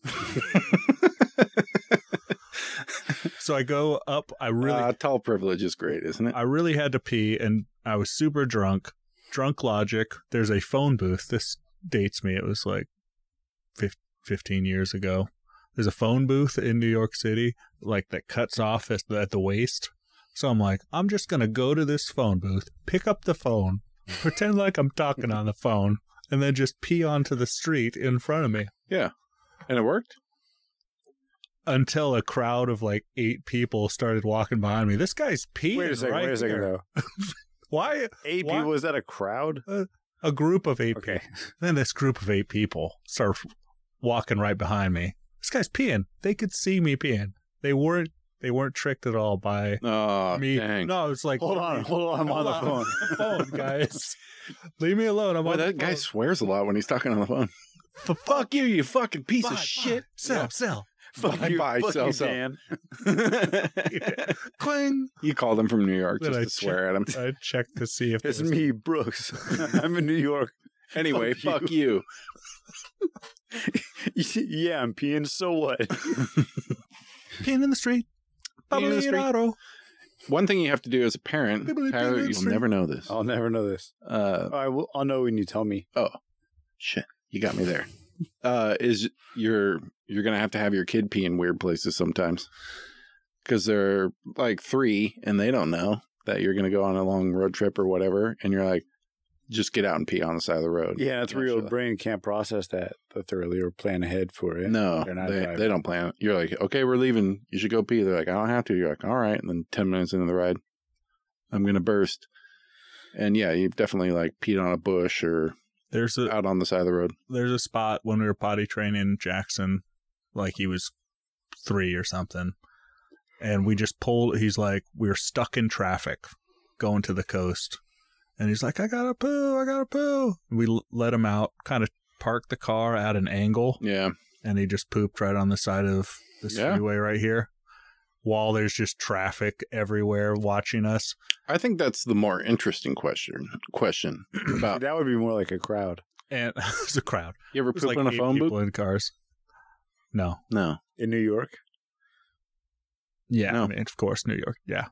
Speaker 3: So I go up. I really
Speaker 1: uh, tall privilege is great, isn't it?
Speaker 3: I really had to pee and I was super drunk. Drunk logic. There's a phone booth. This dates me. It was like fif- 15 years ago. There's a phone booth in New York City, like that cuts off at the, at the waist. So I'm like, I'm just going to go to this phone booth, pick up the phone, pretend like I'm talking on the phone, and then just pee onto the street in front of me
Speaker 1: and it worked.
Speaker 3: until a crowd of like eight people started walking behind me. This guy's peeing.
Speaker 2: wait a second.
Speaker 3: right
Speaker 2: wait a second
Speaker 3: here.
Speaker 2: though.
Speaker 3: Why
Speaker 2: Eight
Speaker 3: Why-
Speaker 2: people. Is that a crowd?
Speaker 3: a group of eight
Speaker 2: Okay.
Speaker 3: Then this group of eight people start walking right behind me. This guy's peeing. They could see me peeing. They weren't They weren't tricked at all by
Speaker 1: Oh,
Speaker 3: me.
Speaker 1: dang.
Speaker 3: No, it's like
Speaker 2: <laughs> Hold on, hold on. I'm on the phone.
Speaker 3: Hold <laughs> phone, guys. Leave me alone. I'm
Speaker 1: Boy,
Speaker 3: on the
Speaker 1: that guy
Speaker 3: phone.
Speaker 1: swears a lot when he's talking on the phone.
Speaker 3: F-
Speaker 1: Fuck you, you fucking piece
Speaker 3: buy,
Speaker 1: of
Speaker 3: buy,
Speaker 1: shit.
Speaker 3: Sell,
Speaker 1: Yeah.
Speaker 3: sell.
Speaker 1: <laughs> Fuck you, fuck you,
Speaker 2: Dan.
Speaker 3: Cling.
Speaker 1: <laughs> you called him from New York
Speaker 3: Then
Speaker 1: just
Speaker 3: I
Speaker 1: to swear at him.
Speaker 3: I checked to see if
Speaker 2: It's
Speaker 3: there was-
Speaker 2: me, Brooks. <laughs> I'm in New York. <laughs>
Speaker 1: Anyway,
Speaker 2: Fuck
Speaker 1: fuck you.
Speaker 2: yeah, I'm peeing. So what?
Speaker 3: peeing in the street.
Speaker 1: Peeing in the street.
Speaker 3: Bubbly-in-auto.
Speaker 1: One thing you have to do as a <laughs> parent,
Speaker 3: Bibbidi
Speaker 1: Tyler,
Speaker 3: bibbidi
Speaker 1: you'll
Speaker 3: street.
Speaker 1: never know this.
Speaker 2: I'll never know this.
Speaker 1: Uh,
Speaker 2: I will. I'll know when you tell me.
Speaker 1: shit, you got me there. Uh, is you're you're gonna have to have your kid pee in weird places sometimes because they're like three and they don't know that you're gonna go on a long road trip or whatever, and you're like, just get out and pee on the side of the road.
Speaker 2: Yeah, that's where
Speaker 1: Gotcha.
Speaker 2: your brain can't process that the thoroughly or plan ahead for it.
Speaker 1: No,
Speaker 2: They're not
Speaker 1: they,
Speaker 2: driving.
Speaker 1: they don't plan. it. You're like, okay, we're leaving. You should go pee. They're like, I don't have to. You're like, all right. And then 10 minutes into the ride, I'm going to burst. And yeah, you've definitely like peed on a bush or
Speaker 3: There's a
Speaker 1: out on the side of the road.
Speaker 3: there's a spot when we were potty training Jackson, like he was three or something, and we just pulled. He's like, we were stuck in traffic, going to the coast, and he's like, I gotta poo, I gotta poo. We l- let him out, kind of parked the car at an angle,
Speaker 1: Yeah.
Speaker 3: and he just pooped right on the side of the
Speaker 1: Yeah.
Speaker 3: freeway right here. While there's just traffic everywhere watching us,
Speaker 1: I think that's the more interesting question.
Speaker 3: <clears throat>
Speaker 1: Question about
Speaker 2: that would be more like a crowd
Speaker 3: and <laughs> there's a crowd.
Speaker 1: you ever
Speaker 3: There's
Speaker 1: poop
Speaker 3: like
Speaker 1: on a
Speaker 3: eight
Speaker 1: phone
Speaker 3: people
Speaker 1: booth?
Speaker 3: in cars. No,
Speaker 1: No.
Speaker 2: in New York.
Speaker 3: Yeah,
Speaker 1: No.
Speaker 3: I mean, of course, New York. Yeah.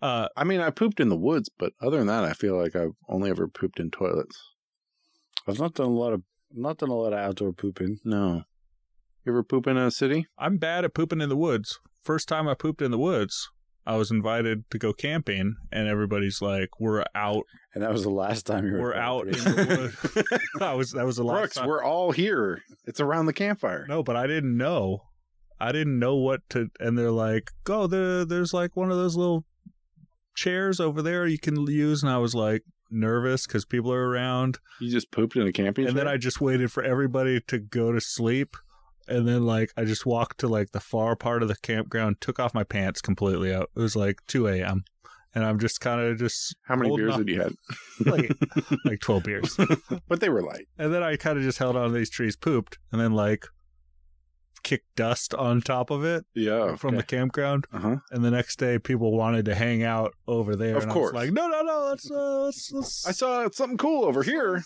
Speaker 3: Uh,
Speaker 1: I mean, I pooped in the woods, but other than that, I feel like I've only ever pooped in toilets.
Speaker 2: I've not done a lot of not done a lot of outdoor pooping.
Speaker 1: No. You ever poop in a city?
Speaker 3: I'm bad at pooping in the woods. First time I pooped in the woods, I was invited to go camping, and everybody's like, "We're out,
Speaker 2: And that was the last time you were.
Speaker 3: we're out in
Speaker 2: in <laughs>
Speaker 3: the woods." <laughs> that was that was the last
Speaker 1: Brooks,
Speaker 3: time.
Speaker 1: we're all here. It's around the campfire.
Speaker 3: No, but I didn't know. I didn't know what to. And they're like, "Go there. There's like one of those little chairs over there you can use." And I was like nervous because people are around.
Speaker 1: You just pooped in a camping
Speaker 3: and then
Speaker 1: chair?
Speaker 3: I just waited for everybody to go to sleep. And then, like, I just walked to like the far part of the campground, took off my pants completely. Out. It was like 2 a.m. And I'm just kind of just
Speaker 1: How many
Speaker 3: Hold
Speaker 1: beers
Speaker 3: on.
Speaker 1: did you have?
Speaker 3: <laughs>
Speaker 1: <laughs>
Speaker 3: like, like 12 beers.
Speaker 1: But they were light.
Speaker 3: And then I kind of just held on to these trees, pooped, and then like kicked dust on top of it
Speaker 1: Yeah.
Speaker 3: from the campground.
Speaker 1: Uh-huh.
Speaker 3: And the next day, people wanted to hang out over there.
Speaker 1: Of
Speaker 3: and I was
Speaker 1: course.
Speaker 3: like, no, no, no. Let's, uh, let's, let's,
Speaker 1: I saw something cool over
Speaker 3: <laughs>
Speaker 1: here.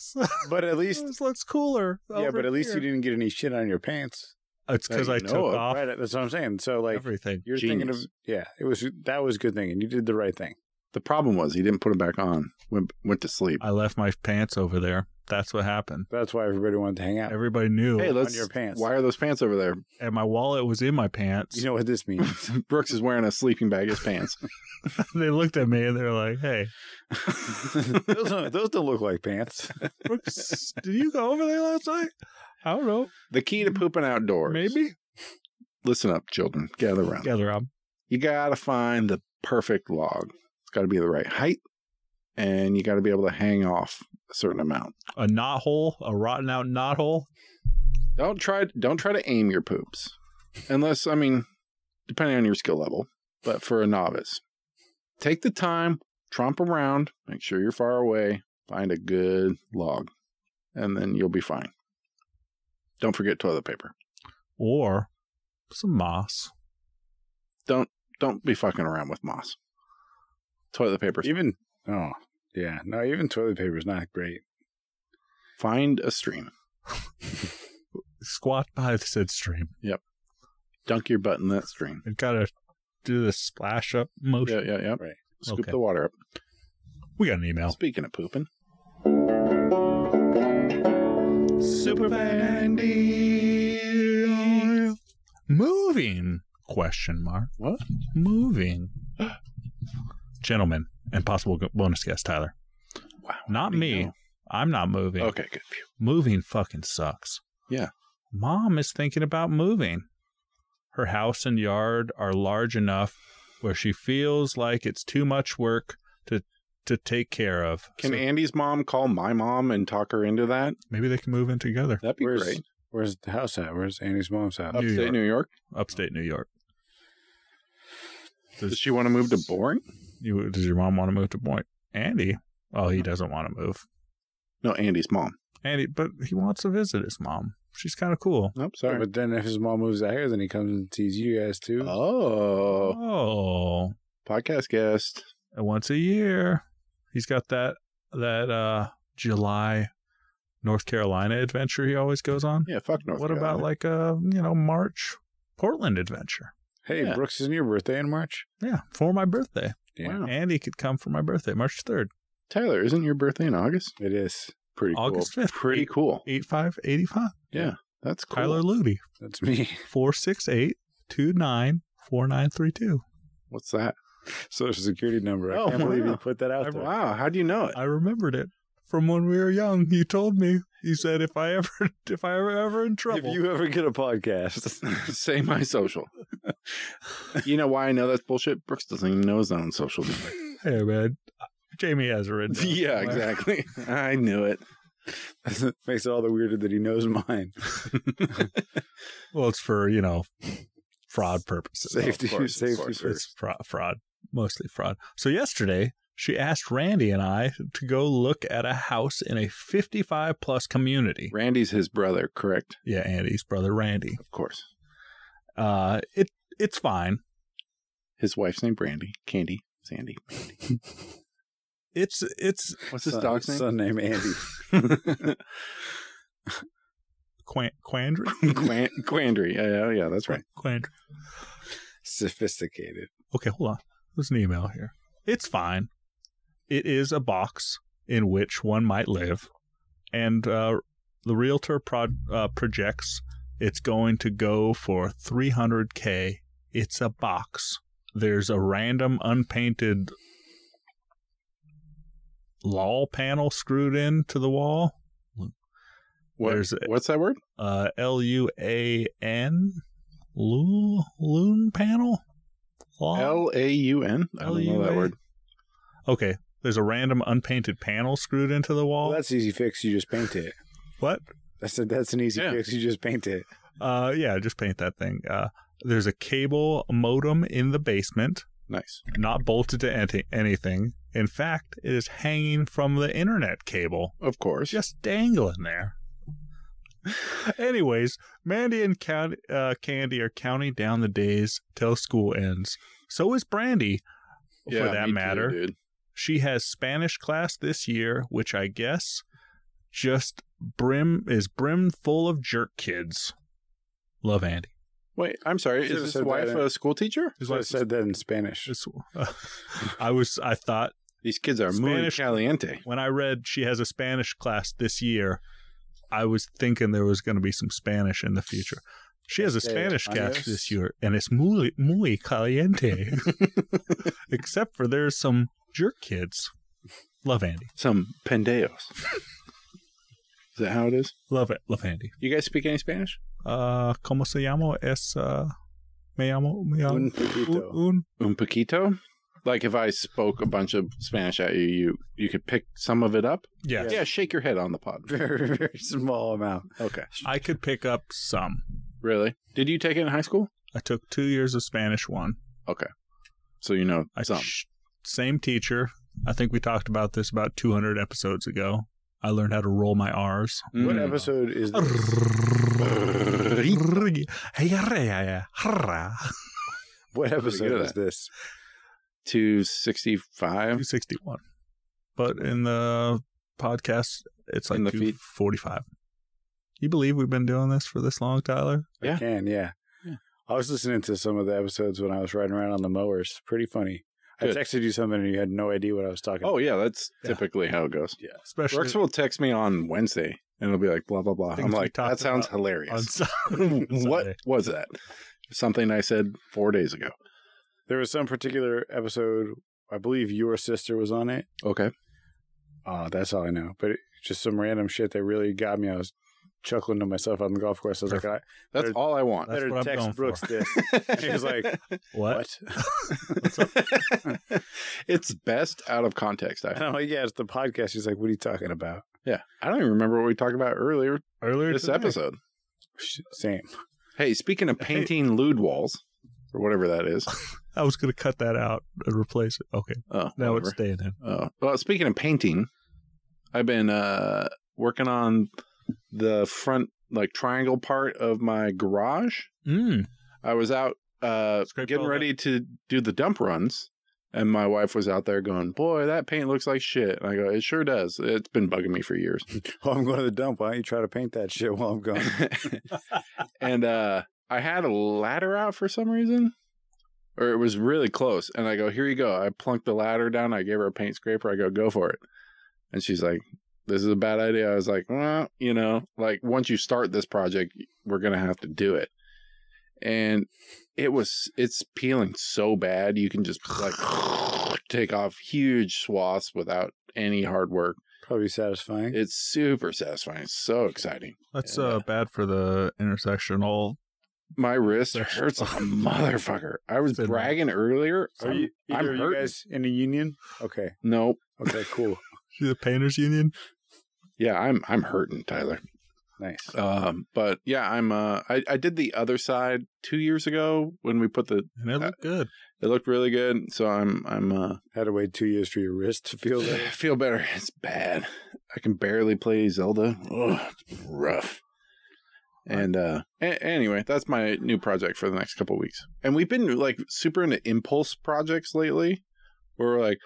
Speaker 2: But at least
Speaker 3: this looks cooler.
Speaker 2: yeah, but at least you didn't get any shit on your pants.
Speaker 3: didn't. It's
Speaker 1: That
Speaker 3: because
Speaker 1: you
Speaker 3: I
Speaker 1: know
Speaker 3: took
Speaker 1: of,
Speaker 3: off
Speaker 2: Right, that's what I'm saying. So like
Speaker 3: everything.
Speaker 2: you're thinking of
Speaker 1: Genius.
Speaker 2: yeah, it was that was good thinking. You did the right thing.
Speaker 1: The problem was he didn't put them back on. Went went to sleep.
Speaker 3: I left my pants over there. That's what happened.
Speaker 2: That's why everybody wanted to hang out.
Speaker 3: Everybody knew,
Speaker 1: Hey, let's.
Speaker 2: on your pants.
Speaker 1: Why are those pants over there? <laughs>
Speaker 3: and my wallet was in my pants.
Speaker 2: you know what this means?
Speaker 1: Brooks is wearing a sleeping bag as pants.
Speaker 3: <laughs>
Speaker 1: <laughs>
Speaker 3: they looked at me and they're like, "Hey,
Speaker 2: those, don't, those don't look
Speaker 1: <laughs>
Speaker 2: like pants.
Speaker 3: Brooks, did you go over there last night?" I don't know.
Speaker 1: the key to pooping outdoors.
Speaker 3: Maybe um,
Speaker 1: Listen up, children. Gather around.
Speaker 3: gather up.
Speaker 1: You gotta find the perfect log. It's gotta be the right height, and you gotta be able to hang off a certain amount.
Speaker 3: A knot hole, a rotten out knot hole.
Speaker 1: Don't try. Don't try to aim your poops, unless I mean, depending on your skill level. But for a novice, take the time, tromp around, make sure you're far away, find a good log, and then you'll be fine. Don't forget toilet paper.
Speaker 3: or some moss.
Speaker 1: Don't be fucking around with moss. Toilet paper.
Speaker 2: Even oh yeah, no, even toilet paper is not great.
Speaker 1: Find a stream.
Speaker 3: Squat by the said stream
Speaker 1: Dunk your butt in that stream.
Speaker 3: and kind of do the splash up motion.
Speaker 1: Yeah, yeah, yeah.
Speaker 2: Right.
Speaker 1: Scoop
Speaker 3: Okay. Oh.
Speaker 1: the water up.
Speaker 3: We got an email.
Speaker 1: Speaking of pooping,
Speaker 3: Super Vandy. Moving? Question mark.
Speaker 1: What?
Speaker 3: Moving. Gentlemen and possible g- bonus guest Tyler.
Speaker 1: wow.
Speaker 3: Not
Speaker 1: There you
Speaker 3: me.
Speaker 1: go.
Speaker 3: I'm not moving.
Speaker 1: Okay, good. Phew.
Speaker 3: Moving fucking sucks.
Speaker 1: Yeah.
Speaker 3: Mom is thinking about moving. Her house and yard are large enough where she feels like it's too much work to to take care of.
Speaker 1: Can
Speaker 3: So
Speaker 1: Andy's mom call my mom and talk her into that?
Speaker 3: maybe they can move in together.
Speaker 1: That'd be
Speaker 2: Where's-
Speaker 1: great.
Speaker 2: Where's the house at? Where's Annie's mom's house?
Speaker 3: New
Speaker 1: Upstate
Speaker 3: York.
Speaker 1: New York.
Speaker 3: Upstate New York.
Speaker 1: Does she want to move to boring?
Speaker 3: You, does your mom want to move to Point? Andy? Oh,
Speaker 1: Uh-huh.
Speaker 3: he doesn't want to move.
Speaker 1: No, Andy's mom.
Speaker 3: Andy, but he wants to visit his mom. She's kind of cool.
Speaker 1: Nope, sorry.
Speaker 2: But then if his mom moves out here, then he comes and sees you guys too.
Speaker 1: Oh,
Speaker 3: Oh,
Speaker 1: podcast guest.
Speaker 3: and once a year, he's got that that uh July North Carolina adventure he always goes on.
Speaker 1: Yeah, fuck North
Speaker 3: what
Speaker 1: Carolina.
Speaker 3: about like a you know March Portland adventure?
Speaker 2: hey,
Speaker 1: yeah.
Speaker 2: Brooks, isn't your birthday in March?
Speaker 3: Yeah, for my birthday.
Speaker 1: Wow.
Speaker 3: Andy could come for my birthday, March third.
Speaker 1: Tyler, isn't your birthday in August?
Speaker 2: It is.
Speaker 1: Pretty
Speaker 3: August
Speaker 1: cool.
Speaker 3: 5th.
Speaker 1: Pretty cool.
Speaker 3: Eight five eighty five.
Speaker 1: That's cool.
Speaker 3: Tyler Ludy.
Speaker 2: That's me. <laughs>
Speaker 3: Four six eight two nine four nine three two.
Speaker 1: What's that?
Speaker 2: Social security number. I
Speaker 1: Oh,
Speaker 2: can't believe
Speaker 1: wow.
Speaker 2: you put that out there.
Speaker 1: Wow, how do you know it?
Speaker 3: I remembered it from when we were young. You told me. You said if I ever <laughs> if I were ever in
Speaker 2: If
Speaker 3: trouble.
Speaker 2: you ever get a podcast, <laughs>
Speaker 1: <laughs> Say my social. you know why I know that's bullshit? Brooks doesn't even know his own social. number.
Speaker 3: hey man, Jamie has it
Speaker 2: <laughs>
Speaker 3: written. down
Speaker 1: <laughs> yeah,
Speaker 3: somewhere.
Speaker 1: exactly. I knew it.
Speaker 2: makes it all the weirder that he knows
Speaker 1: <laughs>
Speaker 2: mine.
Speaker 3: Well, it's for you know fraud purposes.
Speaker 2: Safety,
Speaker 1: course, of
Speaker 2: safety
Speaker 1: course.
Speaker 2: first.
Speaker 3: It's fra- fraud, mostly fraud. So yesterday, she asked Randy and I to go look at a house in a 55 plus community.
Speaker 1: Randy's his brother, correct?
Speaker 3: Yeah, Andy's brother Randy.
Speaker 1: Of course.
Speaker 3: Uh, it it's fine.
Speaker 1: His wife's name Brandy, Candy, Sandy.
Speaker 3: It's it's
Speaker 1: What's his
Speaker 2: Son-
Speaker 1: dog's name?
Speaker 2: Son named
Speaker 1: <laughs>
Speaker 2: Andy.
Speaker 3: qu-
Speaker 2: <laughs>
Speaker 3: quandary.
Speaker 1: Quan- Quandry. Yeah, yeah, yeah, that's right.
Speaker 3: Quandary.
Speaker 2: Sophisticated.
Speaker 3: Okay, hold on. There's an email here. It's fine. It is a box in which one might live, and uh, the realtor pro- uh, projects it's going to go for 300k. It's a box. There's a random unpainted law panel screwed into the wall.
Speaker 1: What,
Speaker 3: There's a-
Speaker 1: what's that word?
Speaker 3: Uh, L U A N, loon loon panel. Law?
Speaker 1: L A U N? I don't know that
Speaker 3: L-U-A.
Speaker 1: word.
Speaker 3: Okay. There's a random unpainted panel screwed into the wall.
Speaker 2: Well, that's easy fix. You just paint it.
Speaker 3: What?
Speaker 2: That's a, that's an easy
Speaker 1: Yeah.
Speaker 2: fix. You just paint it.
Speaker 3: uh, yeah, just paint that thing. Uh, there's a cable modem in the basement,
Speaker 1: Nice.
Speaker 3: not bolted to anti- anything. In fact, it is hanging from the internet cable,
Speaker 1: Of course.
Speaker 3: just dangling there. <laughs> Anyways, Mandy and count, uh, Candy are counting down the days till school ends. So is Brandy,
Speaker 1: Yeah,
Speaker 3: for that
Speaker 1: me too,
Speaker 3: matter.
Speaker 1: dude.
Speaker 3: She has Spanish class this year, which I guess just brim is brim full of jerk kids. Love Andy.
Speaker 1: Wait, I'm sorry.
Speaker 2: Should've
Speaker 1: Is his
Speaker 2: said that
Speaker 1: wife
Speaker 2: in-
Speaker 1: a school teacher?
Speaker 2: So I said that in Spanish.
Speaker 3: Just- <laughs> I was I thought
Speaker 1: These kids are
Speaker 3: Spanish-
Speaker 1: muy caliente.
Speaker 3: when I read she has a Spanish class this year, I was thinking there was going to be some Spanish in the future. She has a
Speaker 2: Okay,
Speaker 3: Spanish class
Speaker 2: adios.
Speaker 3: this year, and it's muy muy caliente. Except for there's some jerk kids. Love Andy.
Speaker 1: Some pendeos. <laughs> is that how it is?
Speaker 3: Love it. Love Andy.
Speaker 1: You guys speak any Spanish?
Speaker 3: uh, ¿cómo se llamo? Es, uh, me llamo, me
Speaker 1: um,
Speaker 3: llamo,
Speaker 2: Un poquito.
Speaker 3: un-
Speaker 1: Un poquito? Like if I spoke a bunch of Spanish at you, you you could pick some of it up?
Speaker 3: yes.
Speaker 1: Yeah, shake your head on the pod.
Speaker 2: <laughs> very very small amount.
Speaker 1: <laughs> Okay.
Speaker 3: I could pick up some.
Speaker 1: Really? Did you take it in high school?
Speaker 3: I took two years of Spanish one.
Speaker 1: So you know
Speaker 3: I
Speaker 1: some.
Speaker 3: sh- same teacher. I think we talked about this about 200 episodes ago. I learned how to roll my R's.
Speaker 1: Mm.
Speaker 2: What episode is this?
Speaker 1: <laughs>
Speaker 3: Two
Speaker 2: What
Speaker 1: good
Speaker 2: episode
Speaker 1: at
Speaker 2: is this?
Speaker 1: 265?
Speaker 3: sixty-one, but in the podcast, it's like
Speaker 1: In the
Speaker 3: two
Speaker 1: feed.
Speaker 3: forty-five. You believe we've been doing this for this long, Tyler?
Speaker 1: Yeah.
Speaker 2: I can, yeah.
Speaker 1: Yeah.
Speaker 2: I was listening to some of the episodes when I was riding around on the mowers. Pretty funny.
Speaker 1: Good.
Speaker 2: I texted you something and you had no idea what I was talking
Speaker 1: Oh,
Speaker 2: about.
Speaker 1: yeah, that's
Speaker 3: Yeah.
Speaker 1: typically how it goes.
Speaker 3: Especially
Speaker 1: Brooks will text me on Wednesday and it'll be like, blah, blah, blah. I'm
Speaker 3: Things we
Speaker 1: like, that
Speaker 3: talked
Speaker 1: sounds
Speaker 3: about on
Speaker 1: hilarious.
Speaker 3: Sun-
Speaker 1: what <laughs>
Speaker 3: <laughs> Sunday.
Speaker 1: was that? Something I said four days ago.
Speaker 2: There was some particular episode, I believe your sister was on it.
Speaker 1: Okay.
Speaker 2: Oh, that's all I know. But it, just some random shit that really got me. I was chuckling to myself on the golf course. I was like, I
Speaker 1: That's
Speaker 2: They're-
Speaker 1: all I want. <laughs>
Speaker 3: That's
Speaker 2: better
Speaker 3: what I'm
Speaker 2: text
Speaker 3: going for.
Speaker 2: Brooks this. He was like,
Speaker 3: What?
Speaker 2: <laughs> what? <laughs>
Speaker 3: <laughs>
Speaker 1: it's best out of context. I
Speaker 2: And
Speaker 3: Uh-huh.
Speaker 1: think.
Speaker 2: I'm like, yeah, it's Oh, the podcast. He's like, what are you talking about?
Speaker 1: Yeah. I don't even remember what we talked about earlier
Speaker 3: Earlier
Speaker 1: this
Speaker 3: today.
Speaker 1: episode.
Speaker 2: Sh- Same.
Speaker 1: Hey, speaking of painting lewd walls, or whatever that is.
Speaker 3: I was going to cut that out and replace it. Okay.
Speaker 1: Oh,
Speaker 3: <laughs> Now
Speaker 1: whatever.
Speaker 3: it's staying in.
Speaker 1: Oh, well, speaking of painting, I've been uh, working on the front like triangle part of my garage.
Speaker 3: Mm.
Speaker 1: I was out uh,
Speaker 3: Scraped
Speaker 1: getting
Speaker 3: all
Speaker 1: ready to do the dump runs, and my wife was out there going, "Boy, that paint looks like shit." And I go, "It sure does. It's been bugging me for years."
Speaker 2: Well, I'm going to the dump. Why don't you try to paint that shit while I'm <laughs> gone?
Speaker 1: and uh, I had a ladder out for some reason, or it was really close. And I go, "Here you go." I plunked the ladder down. I gave her a paint scraper. I go, "Go for it," and she's like. This is a bad idea. I was like, well, you know, like once you start this project, we're gonna have to do it. And it was it's peeling so bad you can just like take off huge swaths without any hard work.
Speaker 2: Probably satisfying.
Speaker 1: It's super satisfying. It's so exciting.
Speaker 3: That's
Speaker 1: Yeah.
Speaker 3: uh, bad for the intersectional. <laughs>
Speaker 1: My wrist
Speaker 3: There's-
Speaker 1: hurts like a motherfucker. I was
Speaker 3: Been-
Speaker 1: bragging earlier.
Speaker 2: Are you
Speaker 1: I'm
Speaker 2: either of you
Speaker 1: hurting.
Speaker 2: guys in a union? Okay.
Speaker 1: Nope.
Speaker 2: Okay, cool. <laughs>
Speaker 3: The painters union.
Speaker 1: Yeah, I'm I'm hurting, Tyler.
Speaker 2: nice.
Speaker 1: Um, but yeah, I'm uh I, I did the other side two years ago when we put the
Speaker 3: And it looked good.
Speaker 1: it looked really good. So I'm I'm uh
Speaker 2: Had to wait two years for your wrist
Speaker 1: <sighs>
Speaker 2: to feel
Speaker 1: I
Speaker 2: that. <laughs>
Speaker 1: feel better. It's bad. I can barely play Zelda. Ugh, it's rough. And uh a- anyway, that's my new project for the next couple weeks. And we've been like super into impulse projects lately where we're like,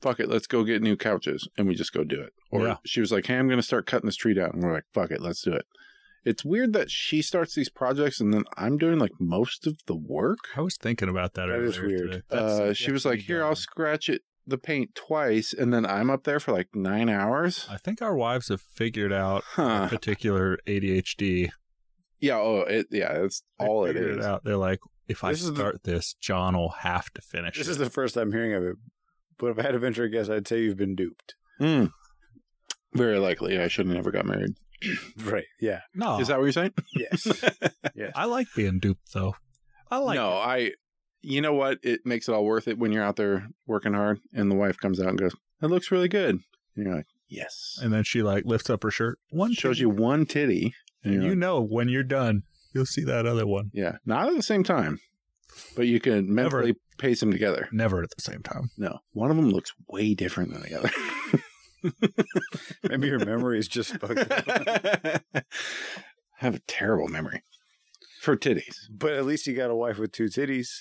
Speaker 1: fuck it, let's go get new couches and we just go do it. Or
Speaker 3: Yeah.
Speaker 1: she was like, Hey, I'm gonna start cutting this tree down and we're like, fuck it, let's do it. It's weird that she starts these projects and then I'm doing like most of the work.
Speaker 3: I was thinking about that.
Speaker 2: That
Speaker 3: earlier
Speaker 2: is weird.
Speaker 3: today. That's-
Speaker 1: Uh, she
Speaker 3: that's
Speaker 1: was like,
Speaker 3: pretty
Speaker 1: "Here,
Speaker 3: dumb.
Speaker 1: I'll scratch it the paint twice," and then I'm up there for like nine hours.
Speaker 3: I think our wives have figured out a
Speaker 1: Huh.
Speaker 3: particular ADHD.
Speaker 1: Yeah. Oh, it. Yeah. That's
Speaker 3: They
Speaker 1: all it
Speaker 3: figured
Speaker 1: is.
Speaker 3: out. They're like, if I
Speaker 2: This is the-
Speaker 3: start this, John will have to finish.
Speaker 2: This
Speaker 3: it.
Speaker 2: is the first I'm hearing of it. But if I had to venture a guess, I'd say you've been duped.
Speaker 1: Hmm. Very likely, I should have never got married.
Speaker 2: Right. Yeah.
Speaker 3: no.
Speaker 1: Is that what you're saying?
Speaker 2: Yes. <laughs> yes.
Speaker 3: I like being duped though. I like.
Speaker 1: no,
Speaker 3: it.
Speaker 1: I. You know what? It makes it all worth it when you're out there working hard, and the wife comes out and goes, "It looks really good," and you're like, "Yes."
Speaker 3: And then she like lifts up her shirt. One
Speaker 1: shows
Speaker 3: titty.
Speaker 1: you one titty, and
Speaker 3: And
Speaker 1: you're
Speaker 3: you
Speaker 1: like,
Speaker 3: know when you're done, you'll see that other one.
Speaker 1: yeah, not at the same time, but you can
Speaker 3: Never.
Speaker 1: mentally pace them together.
Speaker 3: Never at the same time.
Speaker 1: No, one of them looks way different than the other. <laughs>
Speaker 2: Maybe your memory is just
Speaker 1: <laughs>
Speaker 2: fucked up.
Speaker 1: I have a terrible memory for titties.
Speaker 2: But at least you got a wife with two titties. <laughs>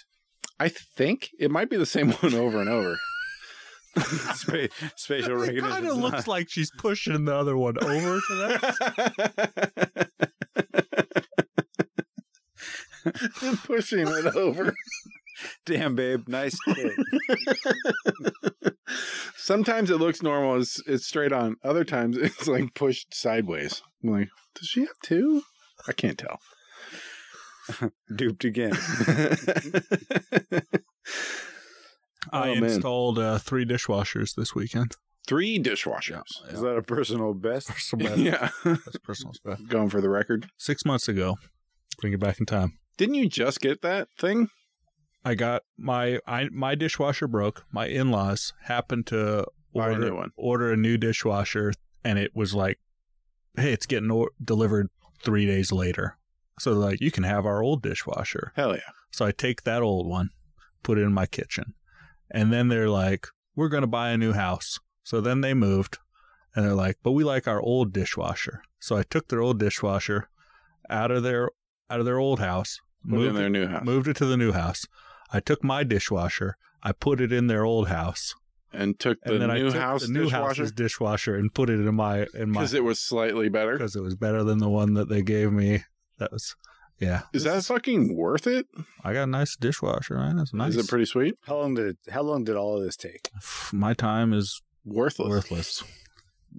Speaker 1: I think it might be the same one over and over.
Speaker 2: Spa- spatial
Speaker 3: It
Speaker 2: recognition.
Speaker 3: kind of looks like she's pushing the other one over to <laughs> that.
Speaker 1: <laughs> I'm pushing it over.
Speaker 2: <laughs> damn, babe. <laughs> Nice. hit.
Speaker 1: <laughs> Sometimes it looks normal. It's, it's straight on. Other times it's like pushed sideways. I'm like, does she have two? I can't <laughs> tell.
Speaker 2: Duped again.
Speaker 3: I
Speaker 1: Oh, man.
Speaker 3: installed uh, three dishwashers this <laughs> weekend.
Speaker 1: Three dishwashers.
Speaker 2: Is that a personal best?
Speaker 3: Personal
Speaker 1: <laughs>
Speaker 3: best.
Speaker 1: yeah.
Speaker 3: That's personal stuff.
Speaker 1: Going for the record.
Speaker 3: Six months ago, bring it back in time.
Speaker 1: Didn't you just get that thing?
Speaker 3: I got my I, my dishwasher broke. My in laws happened to
Speaker 1: Buy a
Speaker 3: order
Speaker 1: new one.
Speaker 3: order a new dishwasher, and it was like, "Hey, it's getting or- delivered three days later." So they're like, "You can have our old dishwasher."
Speaker 1: Hell yeah.
Speaker 3: So I take that old one, put it in my kitchen, and then they're like, "We're gonna buy a new house." So then they moved, and they're like, "But we like our old dishwasher." So I took their old dishwasher out of their out of their old house,
Speaker 1: Put it in
Speaker 3: moved it
Speaker 1: their new house.
Speaker 3: moved it to the new house. I took my dishwasher, I put it in their old house,
Speaker 1: and took
Speaker 3: and
Speaker 1: the
Speaker 3: then I
Speaker 1: new
Speaker 3: took
Speaker 1: house
Speaker 3: the new
Speaker 1: dishwasher
Speaker 3: house's dishwasher and put it in my in my
Speaker 1: because it was slightly better.
Speaker 3: because it was better than the one that they gave me. That was yeah.
Speaker 1: Is that fucking worth it?
Speaker 3: I got a nice dishwasher, man. That's nice.
Speaker 1: Is it pretty sweet?
Speaker 2: How long did it, how long did all of this take?
Speaker 3: <sighs> my time is
Speaker 1: Worthless.
Speaker 3: worthless.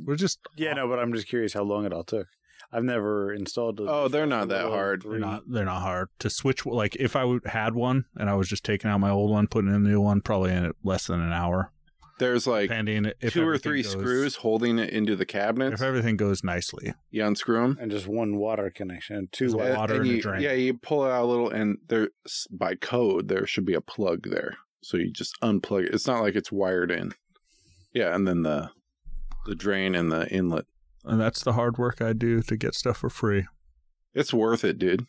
Speaker 3: We're just
Speaker 2: Yeah, no, but I'm just curious how long it all took. I've never installed. A
Speaker 1: Oh, they're not that
Speaker 2: Level
Speaker 1: hard.
Speaker 2: three.
Speaker 3: they're not they're not hard to switch. Like if I would- had one and I was just taking out my old one, putting in a new one, probably in less than an hour,
Speaker 1: There's like
Speaker 3: depending if
Speaker 1: two or
Speaker 3: everything
Speaker 1: three
Speaker 3: goes-
Speaker 1: screws holding it into the cabinets.
Speaker 3: If everything goes nicely,
Speaker 1: You unscrew them.
Speaker 2: And just one water connection, two
Speaker 3: Just
Speaker 2: water.
Speaker 3: water and a
Speaker 1: you,
Speaker 3: drain.
Speaker 1: Yeah, you pull it out a little, and there s- by code there should be a plug there, so you just unplug it. It's not like it's wired in. Yeah, and then the the drain and the inlet.
Speaker 3: and that's the hard work I do to get stuff for free.
Speaker 1: It's worth it, dude.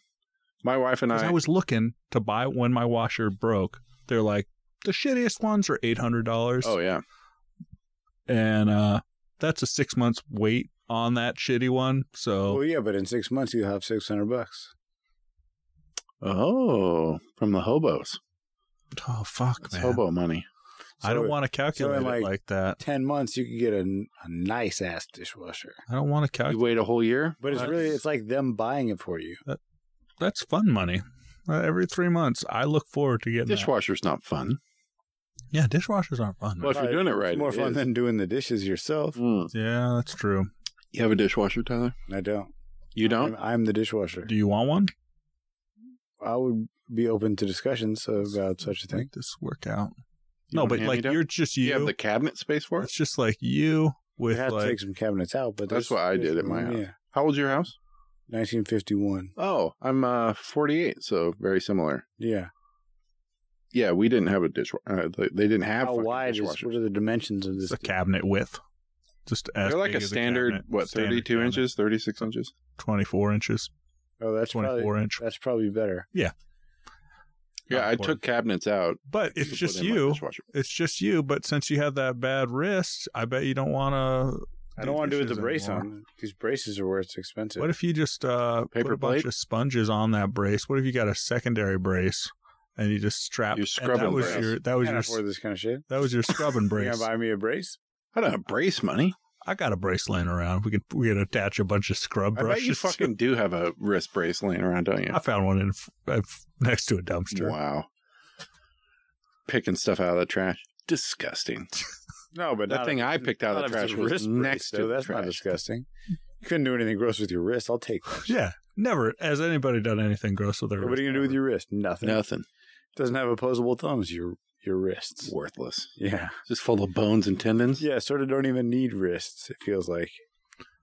Speaker 1: My wife and
Speaker 3: 'Cause I
Speaker 1: I,
Speaker 3: was looking to buy when my washer broke. They're like, the shittiest ones are $800.
Speaker 1: oh yeah,
Speaker 3: And uh, that's a six months wait on that shitty one. So
Speaker 2: Well, yeah, but in six months you have six hundred bucks.
Speaker 1: oh from the hobos.
Speaker 3: Oh fuck,
Speaker 1: It's
Speaker 3: man!
Speaker 1: hobo money.
Speaker 3: I don't
Speaker 2: So
Speaker 3: want to calculate
Speaker 2: so in
Speaker 3: it
Speaker 2: like-
Speaker 3: like that.
Speaker 2: Ten months you could get a, a nice ass dishwasher,
Speaker 3: I don't want to
Speaker 1: You
Speaker 3: calculate.
Speaker 1: wait a whole year,
Speaker 2: but it's really
Speaker 3: <laughs>
Speaker 2: it's like them buying it for you.
Speaker 3: That's fun money. Uh, Every three months, I look forward to getting that.
Speaker 1: Dishwasher's not fun.
Speaker 3: Yeah, dishwashers aren't fun.
Speaker 1: Well, if you're doing it right,
Speaker 2: It's more
Speaker 1: it
Speaker 2: fun
Speaker 1: is.
Speaker 2: than doing the dishes yourself.
Speaker 3: Hmm.
Speaker 1: Mm.
Speaker 3: Yeah, that's true.
Speaker 1: You have a dishwasher, Tyler?
Speaker 2: I don't.
Speaker 1: You
Speaker 2: I'm,
Speaker 1: don't?
Speaker 2: I'm the dishwasher.
Speaker 3: Do you want one?
Speaker 2: I would be open to discussions about such a thing.
Speaker 3: Make this work out.
Speaker 1: You
Speaker 3: no,
Speaker 1: want
Speaker 3: but like
Speaker 1: hand-me-down?
Speaker 3: you're just
Speaker 1: Do
Speaker 3: you.
Speaker 1: you have the cabinet space for it.
Speaker 3: it's just like you
Speaker 2: We
Speaker 3: with
Speaker 2: had to
Speaker 3: like
Speaker 2: take some cabinets out, but
Speaker 1: That's
Speaker 2: there's-
Speaker 1: what I did
Speaker 2: there's-
Speaker 1: at my house.
Speaker 2: Yeah,
Speaker 1: How old's your house?
Speaker 2: 1951.
Speaker 1: Oh, I'm uh 48, so very similar.
Speaker 2: Yeah.
Speaker 1: Yeah, we didn't have a dishwasher. Uh, they, they didn't have
Speaker 2: How
Speaker 1: fucking
Speaker 2: wide is?
Speaker 1: dishwashers.
Speaker 2: What are the dimensions of this?
Speaker 3: it's a cabinet width. Just as
Speaker 1: They're like
Speaker 3: big
Speaker 1: a
Speaker 3: as
Speaker 1: standard,
Speaker 3: cabinet.
Speaker 1: what,
Speaker 3: Standard
Speaker 1: 32
Speaker 3: cabinet.
Speaker 1: inches, 36 inches?
Speaker 3: 24 inches,
Speaker 2: oh, that's
Speaker 3: 24
Speaker 2: probably
Speaker 3: inch.
Speaker 2: that's probably better.
Speaker 1: Yeah, I
Speaker 3: Not
Speaker 1: took cabinets out.
Speaker 3: But
Speaker 1: to
Speaker 3: it's
Speaker 1: put
Speaker 3: just
Speaker 1: in my
Speaker 3: you.
Speaker 1: dishwasher.
Speaker 3: It's just you. But since you have that bad wrist, I bet you don't want to
Speaker 2: I don't want to do it with the
Speaker 3: Dishes
Speaker 2: brace
Speaker 3: anymore.
Speaker 2: on. These braces are where it's expensive.
Speaker 3: What if you just uh, put
Speaker 1: Paper
Speaker 3: a bunch
Speaker 1: plate?
Speaker 3: of sponges on that brace? What if you got a secondary brace and you just strap?
Speaker 1: Your
Speaker 3: and
Speaker 1: scrubbing
Speaker 3: that was
Speaker 1: brace.
Speaker 3: your that
Speaker 2: I
Speaker 3: was
Speaker 2: can't
Speaker 3: your
Speaker 2: afford this kind of shit.
Speaker 3: that was
Speaker 1: <laughs>
Speaker 3: your scrubbing
Speaker 2: You
Speaker 3: brace.
Speaker 2: gonna buy me a brace?
Speaker 1: I don't have brace money.
Speaker 3: I got a brace laying around. We could we could attach a bunch of scrub
Speaker 1: I bet
Speaker 3: brushes.
Speaker 1: you fucking do have a wrist brace laying around, don't you?
Speaker 3: I found one in, f- uh, f- next to a dumpster.
Speaker 1: Wow. Picking stuff out of the trash. Disgusting.
Speaker 2: No, but
Speaker 1: That
Speaker 2: not
Speaker 1: thing
Speaker 2: if-
Speaker 1: I picked out of
Speaker 2: not
Speaker 1: the
Speaker 2: if it's
Speaker 1: trash
Speaker 2: a
Speaker 1: was
Speaker 2: wrist
Speaker 1: next
Speaker 2: brace,
Speaker 1: to
Speaker 2: though.
Speaker 1: the
Speaker 2: That's not
Speaker 1: trash.
Speaker 2: disgusting. You couldn't do anything gross with your wrist. I'll take.
Speaker 3: <laughs>
Speaker 2: That.
Speaker 3: Yeah, never has anybody done anything gross with their.
Speaker 2: What are you gonna do with your wrist? Nothing.
Speaker 1: Nothing.
Speaker 2: Doesn't have opposable thumbs. Your your wrists.
Speaker 1: Worthless.
Speaker 2: Yeah.
Speaker 1: Just full of bones and tendons.
Speaker 2: Yeah. Sort of don't even need wrists. It feels like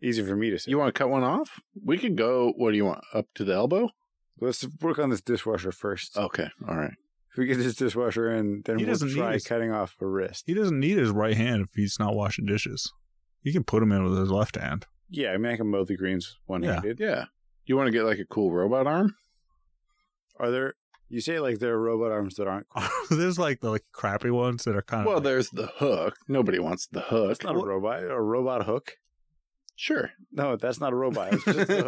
Speaker 2: easy for me to say.
Speaker 1: You want to cut one off? We could go, what do you want, up to the elbow?
Speaker 2: Let's work on this dishwasher first.
Speaker 1: Okay. All right.
Speaker 2: If we get this dishwasher in, then
Speaker 3: Oh. He
Speaker 2: we'll
Speaker 3: doesn't need
Speaker 2: try
Speaker 3: his-
Speaker 2: cutting off a wrist.
Speaker 3: He doesn't need his right hand if he's not washing dishes. You can put him in with his left hand. <laughs>
Speaker 2: Yeah, I mean, I can mow the greens one handed.
Speaker 1: Yeah. You want to get like a cool robot arm?
Speaker 2: Are there? You say like there are robot arms that
Speaker 3: Uh,
Speaker 2: aren't.
Speaker 3: There's like the like, crappy ones that are kind of
Speaker 1: Well, there's the hook. Nobody wants the hook.
Speaker 2: That's not a robot. A robot hook?
Speaker 1: Sure.
Speaker 2: No, that's not a robot. It's just a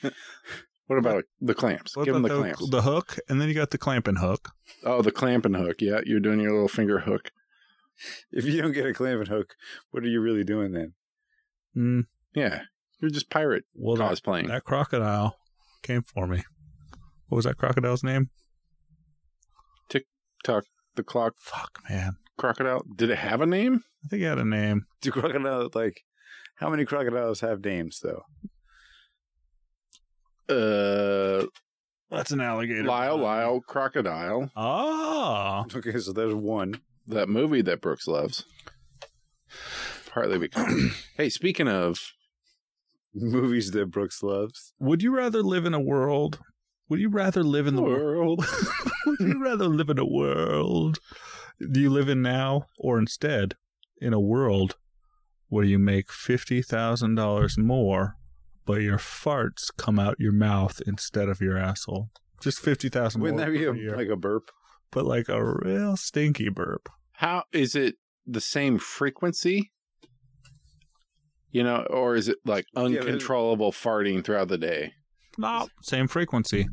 Speaker 2: hook.
Speaker 3: <laughs>
Speaker 1: what about the clamps?
Speaker 3: What
Speaker 1: Give them the,
Speaker 3: about
Speaker 1: clamps.
Speaker 3: the hook, and then you got the clamping hook.
Speaker 1: oh, the clamping hook. Yeah, you're doing your little finger hook.
Speaker 2: If you don't get a clam and hook, what are you really doing then?
Speaker 3: Mm,
Speaker 1: Yeah, you're just pirate
Speaker 3: well, that,
Speaker 1: cosplaying.
Speaker 3: that crocodile came for me. What was that crocodile's name?
Speaker 1: the clock
Speaker 3: Fuck, man.
Speaker 1: crocodile. Did it have a name?
Speaker 3: I think it had a name.
Speaker 2: Do crocodiles like? How many crocodiles have names though? <laughs>
Speaker 1: Uh,
Speaker 3: That's an alligator.
Speaker 1: Lyle, Lyle, crocodile.
Speaker 3: Oh,
Speaker 2: Okay, so there's one.
Speaker 1: That movie that Brooks loves. Partly because. <clears throat> hey, speaking of,
Speaker 2: Movies that Brooks loves.
Speaker 3: would you rather live in a world? Would you rather live in the world?
Speaker 1: world.
Speaker 3: <laughs> would you rather live in a world do you live in now, or instead in a world where you make fifty thousand dollars more, but your farts come out your mouth instead of your asshole? Just fifty thousand.
Speaker 2: Wouldn't that be a,
Speaker 3: year.
Speaker 2: like a burp? <laughs>
Speaker 3: but like a real stinky burp.
Speaker 1: How is it the same frequency? You know, or is it like
Speaker 2: there's-
Speaker 1: uncontrollable farting throughout the day?
Speaker 3: No, same frequency.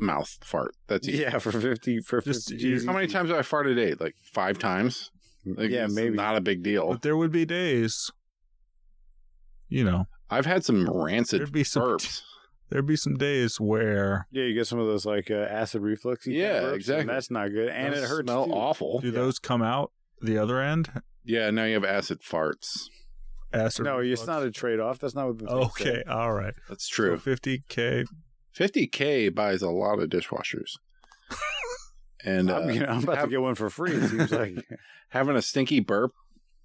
Speaker 1: Mouth fart. That's easy.
Speaker 2: Yeah, for fifty for
Speaker 3: Just-
Speaker 2: fifty. G's.
Speaker 1: How many times do I fart a day? Like five times? Like,
Speaker 2: yeah,
Speaker 1: it's
Speaker 2: maybe.
Speaker 1: Not a big deal.
Speaker 3: But there would be days, you know,
Speaker 1: I've had some rancid
Speaker 3: there'd be some
Speaker 1: burps.
Speaker 3: there'd be some days where
Speaker 2: Yeah, you get some of those like uh, acid reflux. you
Speaker 1: Yeah,
Speaker 2: burps, and
Speaker 1: exactly.
Speaker 2: That's not good, and
Speaker 1: Those
Speaker 2: it hurts.
Speaker 1: Smell
Speaker 2: too.
Speaker 1: awful.
Speaker 3: do those come out the other end?
Speaker 1: Yeah, now you have acid farts.
Speaker 3: Acid
Speaker 2: No, it's
Speaker 3: reflux?
Speaker 2: not a trade off. That's not what the thing
Speaker 3: Okay,
Speaker 2: said.
Speaker 3: all right.
Speaker 1: That's true.
Speaker 3: Fifty k.
Speaker 1: 50K buys a lot of
Speaker 2: <laughs>
Speaker 1: dishwashers. and uh,
Speaker 2: I'm, gonna- I'm about
Speaker 1: have-
Speaker 2: to get one for free.
Speaker 1: <laughs>
Speaker 2: It seems like
Speaker 1: having a stinky burp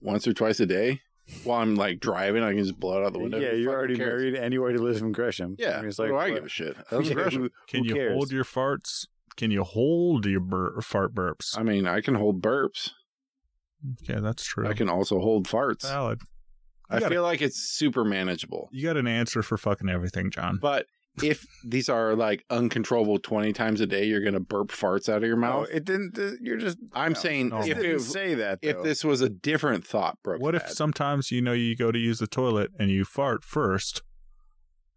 Speaker 1: once or twice a day while I'm like driving, I can just blow it out the window.
Speaker 2: yeah,
Speaker 1: Who
Speaker 2: you're
Speaker 1: fucking
Speaker 2: already
Speaker 1: cares?
Speaker 2: married and you already live in Gresham.
Speaker 1: Yeah,
Speaker 2: I mean, it's
Speaker 1: what
Speaker 2: like
Speaker 1: do I
Speaker 2: what-
Speaker 1: give a
Speaker 2: <laughs>
Speaker 1: shit? That's
Speaker 2: yeah,
Speaker 1: Gresham.
Speaker 2: who-
Speaker 3: <laughs> Can
Speaker 2: who
Speaker 3: you
Speaker 2: cares?
Speaker 3: hold your farts? Can you hold your bur- fart burps?
Speaker 1: I mean, I can hold burps.
Speaker 3: Okay, that's true.
Speaker 1: I can also hold farts.
Speaker 3: Valid. You
Speaker 1: I
Speaker 3: gotta-
Speaker 1: feel like it's super manageable.
Speaker 3: You got an answer for fucking everything, John.
Speaker 1: But if these are like uncontrollable 20 times a day, you're going to burp farts out of your
Speaker 2: No,
Speaker 1: mouth.
Speaker 2: it didn't. uh, You're just.
Speaker 1: I'm
Speaker 2: no.
Speaker 1: saying
Speaker 3: no.
Speaker 2: It
Speaker 1: if,
Speaker 2: didn't
Speaker 1: it,
Speaker 2: say that.
Speaker 1: if
Speaker 2: though.
Speaker 1: this was a different thought, Brooke.
Speaker 3: What if
Speaker 1: had.
Speaker 3: sometimes you know you go to use the toilet and you fart first?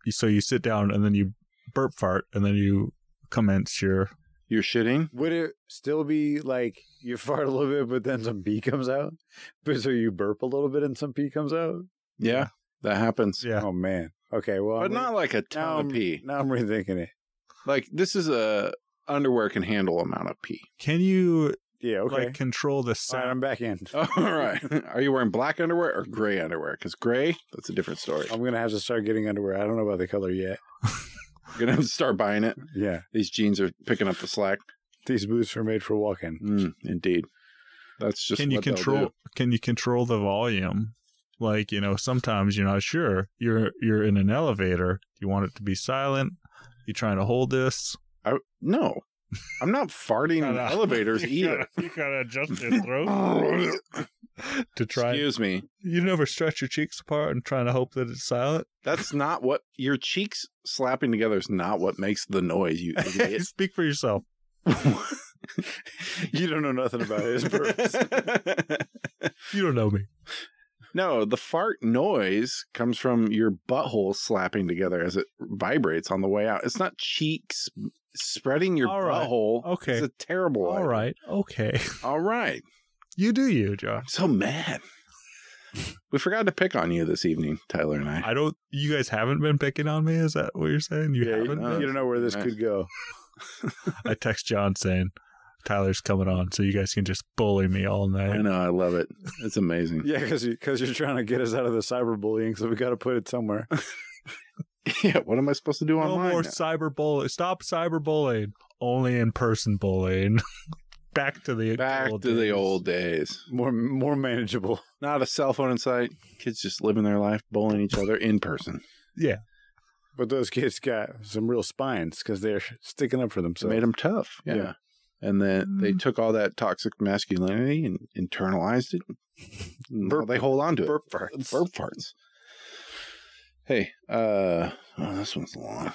Speaker 3: You- So you sit down and then you burp fart and then you commence your.
Speaker 1: you're shitting?
Speaker 2: would it still be like you fart a little bit, but then some pee comes out? But so you burp a little bit and some pee comes out?
Speaker 1: Yeah, that happens.
Speaker 3: Yeah.
Speaker 2: Oh man. Okay. Well,
Speaker 1: But
Speaker 2: I'm
Speaker 1: not like a
Speaker 2: now
Speaker 1: ton
Speaker 3: Um,
Speaker 2: I'm-
Speaker 1: of pee.
Speaker 2: Now I'm rethinking it.
Speaker 1: Like this is a underwear can handle amount of
Speaker 3: <laughs>
Speaker 1: pee.
Speaker 3: Can you
Speaker 2: Yeah. Okay.
Speaker 3: like control the
Speaker 2: All right,
Speaker 3: sound?
Speaker 2: I'm back in.
Speaker 1: All right. <laughs> Are you wearing black underwear or gray underwear? Because gray, that's a different story.
Speaker 3: Oh.
Speaker 2: I'm gonna have to start getting underwear. I don't know about the color yet.
Speaker 1: You're gonna <laughs> have to start buying it.
Speaker 2: Yeah.
Speaker 1: These jeans are picking up the slack.
Speaker 2: These boots were made for
Speaker 1: <laughs>
Speaker 2: walking.
Speaker 1: Mm, indeed. That's just
Speaker 3: can you
Speaker 1: what they'll
Speaker 3: control?
Speaker 1: do.
Speaker 3: Can you control the volume? Like you know, sometimes you're not sure. You're you're in an elevator. You want it to be silent. You trying to hold this?
Speaker 1: I, no, I'm not farting in
Speaker 3: Shut up.
Speaker 1: elevators
Speaker 3: <laughs> You
Speaker 1: either.
Speaker 3: gotta- You gotta adjust your
Speaker 1: <laughs>
Speaker 3: throat to try.
Speaker 1: Excuse me.
Speaker 3: You never stretch your cheeks apart and trying to hope that it's silent.
Speaker 1: That's not what your cheeks slapping together is not what makes the noise.
Speaker 3: <laughs>
Speaker 1: You
Speaker 3: You
Speaker 1: idiot.
Speaker 3: speak for yourself.
Speaker 2: You don't know nothing about his burps.
Speaker 3: You don't know me.
Speaker 1: No, the fart noise comes from your butthole slapping together as it vibrates on the way out. It's not cheeks spreading your
Speaker 3: All right.
Speaker 1: butthole.
Speaker 3: Okay.
Speaker 1: It's a terrible
Speaker 3: All
Speaker 1: idea.
Speaker 3: right. Okay. <laughs>
Speaker 1: All right.
Speaker 3: You do you, Josh.
Speaker 1: I'm so mad. we forgot to pick on you this evening, Tyler and I.
Speaker 3: I don't. You guys haven't been picking on me. Is that what you're saying? You
Speaker 2: yeah, you,
Speaker 3: haven't.
Speaker 1: no.
Speaker 2: you
Speaker 3: been?
Speaker 2: don't know where this could go.
Speaker 3: I text John saying Tyler's coming on, so you guys can just bully me all
Speaker 1: I,
Speaker 3: night.
Speaker 1: know. I love it. It's amazing.
Speaker 2: Yeah, because because you, are trying to get us out of the cyberbullying, so we got to put it somewhere.
Speaker 1: <laughs> yeah. What am I supposed to do
Speaker 3: No
Speaker 1: online?
Speaker 3: more
Speaker 1: now?
Speaker 3: cyber bullying. Stop cyber bullying. Only in person bullying. <laughs> Back to the
Speaker 1: Back to
Speaker 3: old
Speaker 1: the
Speaker 3: days.
Speaker 1: old days.
Speaker 2: More more manageable.
Speaker 1: Not a cell phone in sight. Kids just living their life, bullying each other in person.
Speaker 2: But those kids got some real spines because they're sticking up for
Speaker 1: So
Speaker 2: themselves.
Speaker 1: made them tough. Yeah.
Speaker 2: Yeah.
Speaker 1: And then they
Speaker 3: Mm.
Speaker 1: took all that toxic masculinity and internalized it. And now
Speaker 2: Burp-
Speaker 1: they hold on to
Speaker 2: burp
Speaker 1: it.
Speaker 2: farts.
Speaker 1: Burp farts. Hey, uh, oh, this one's long.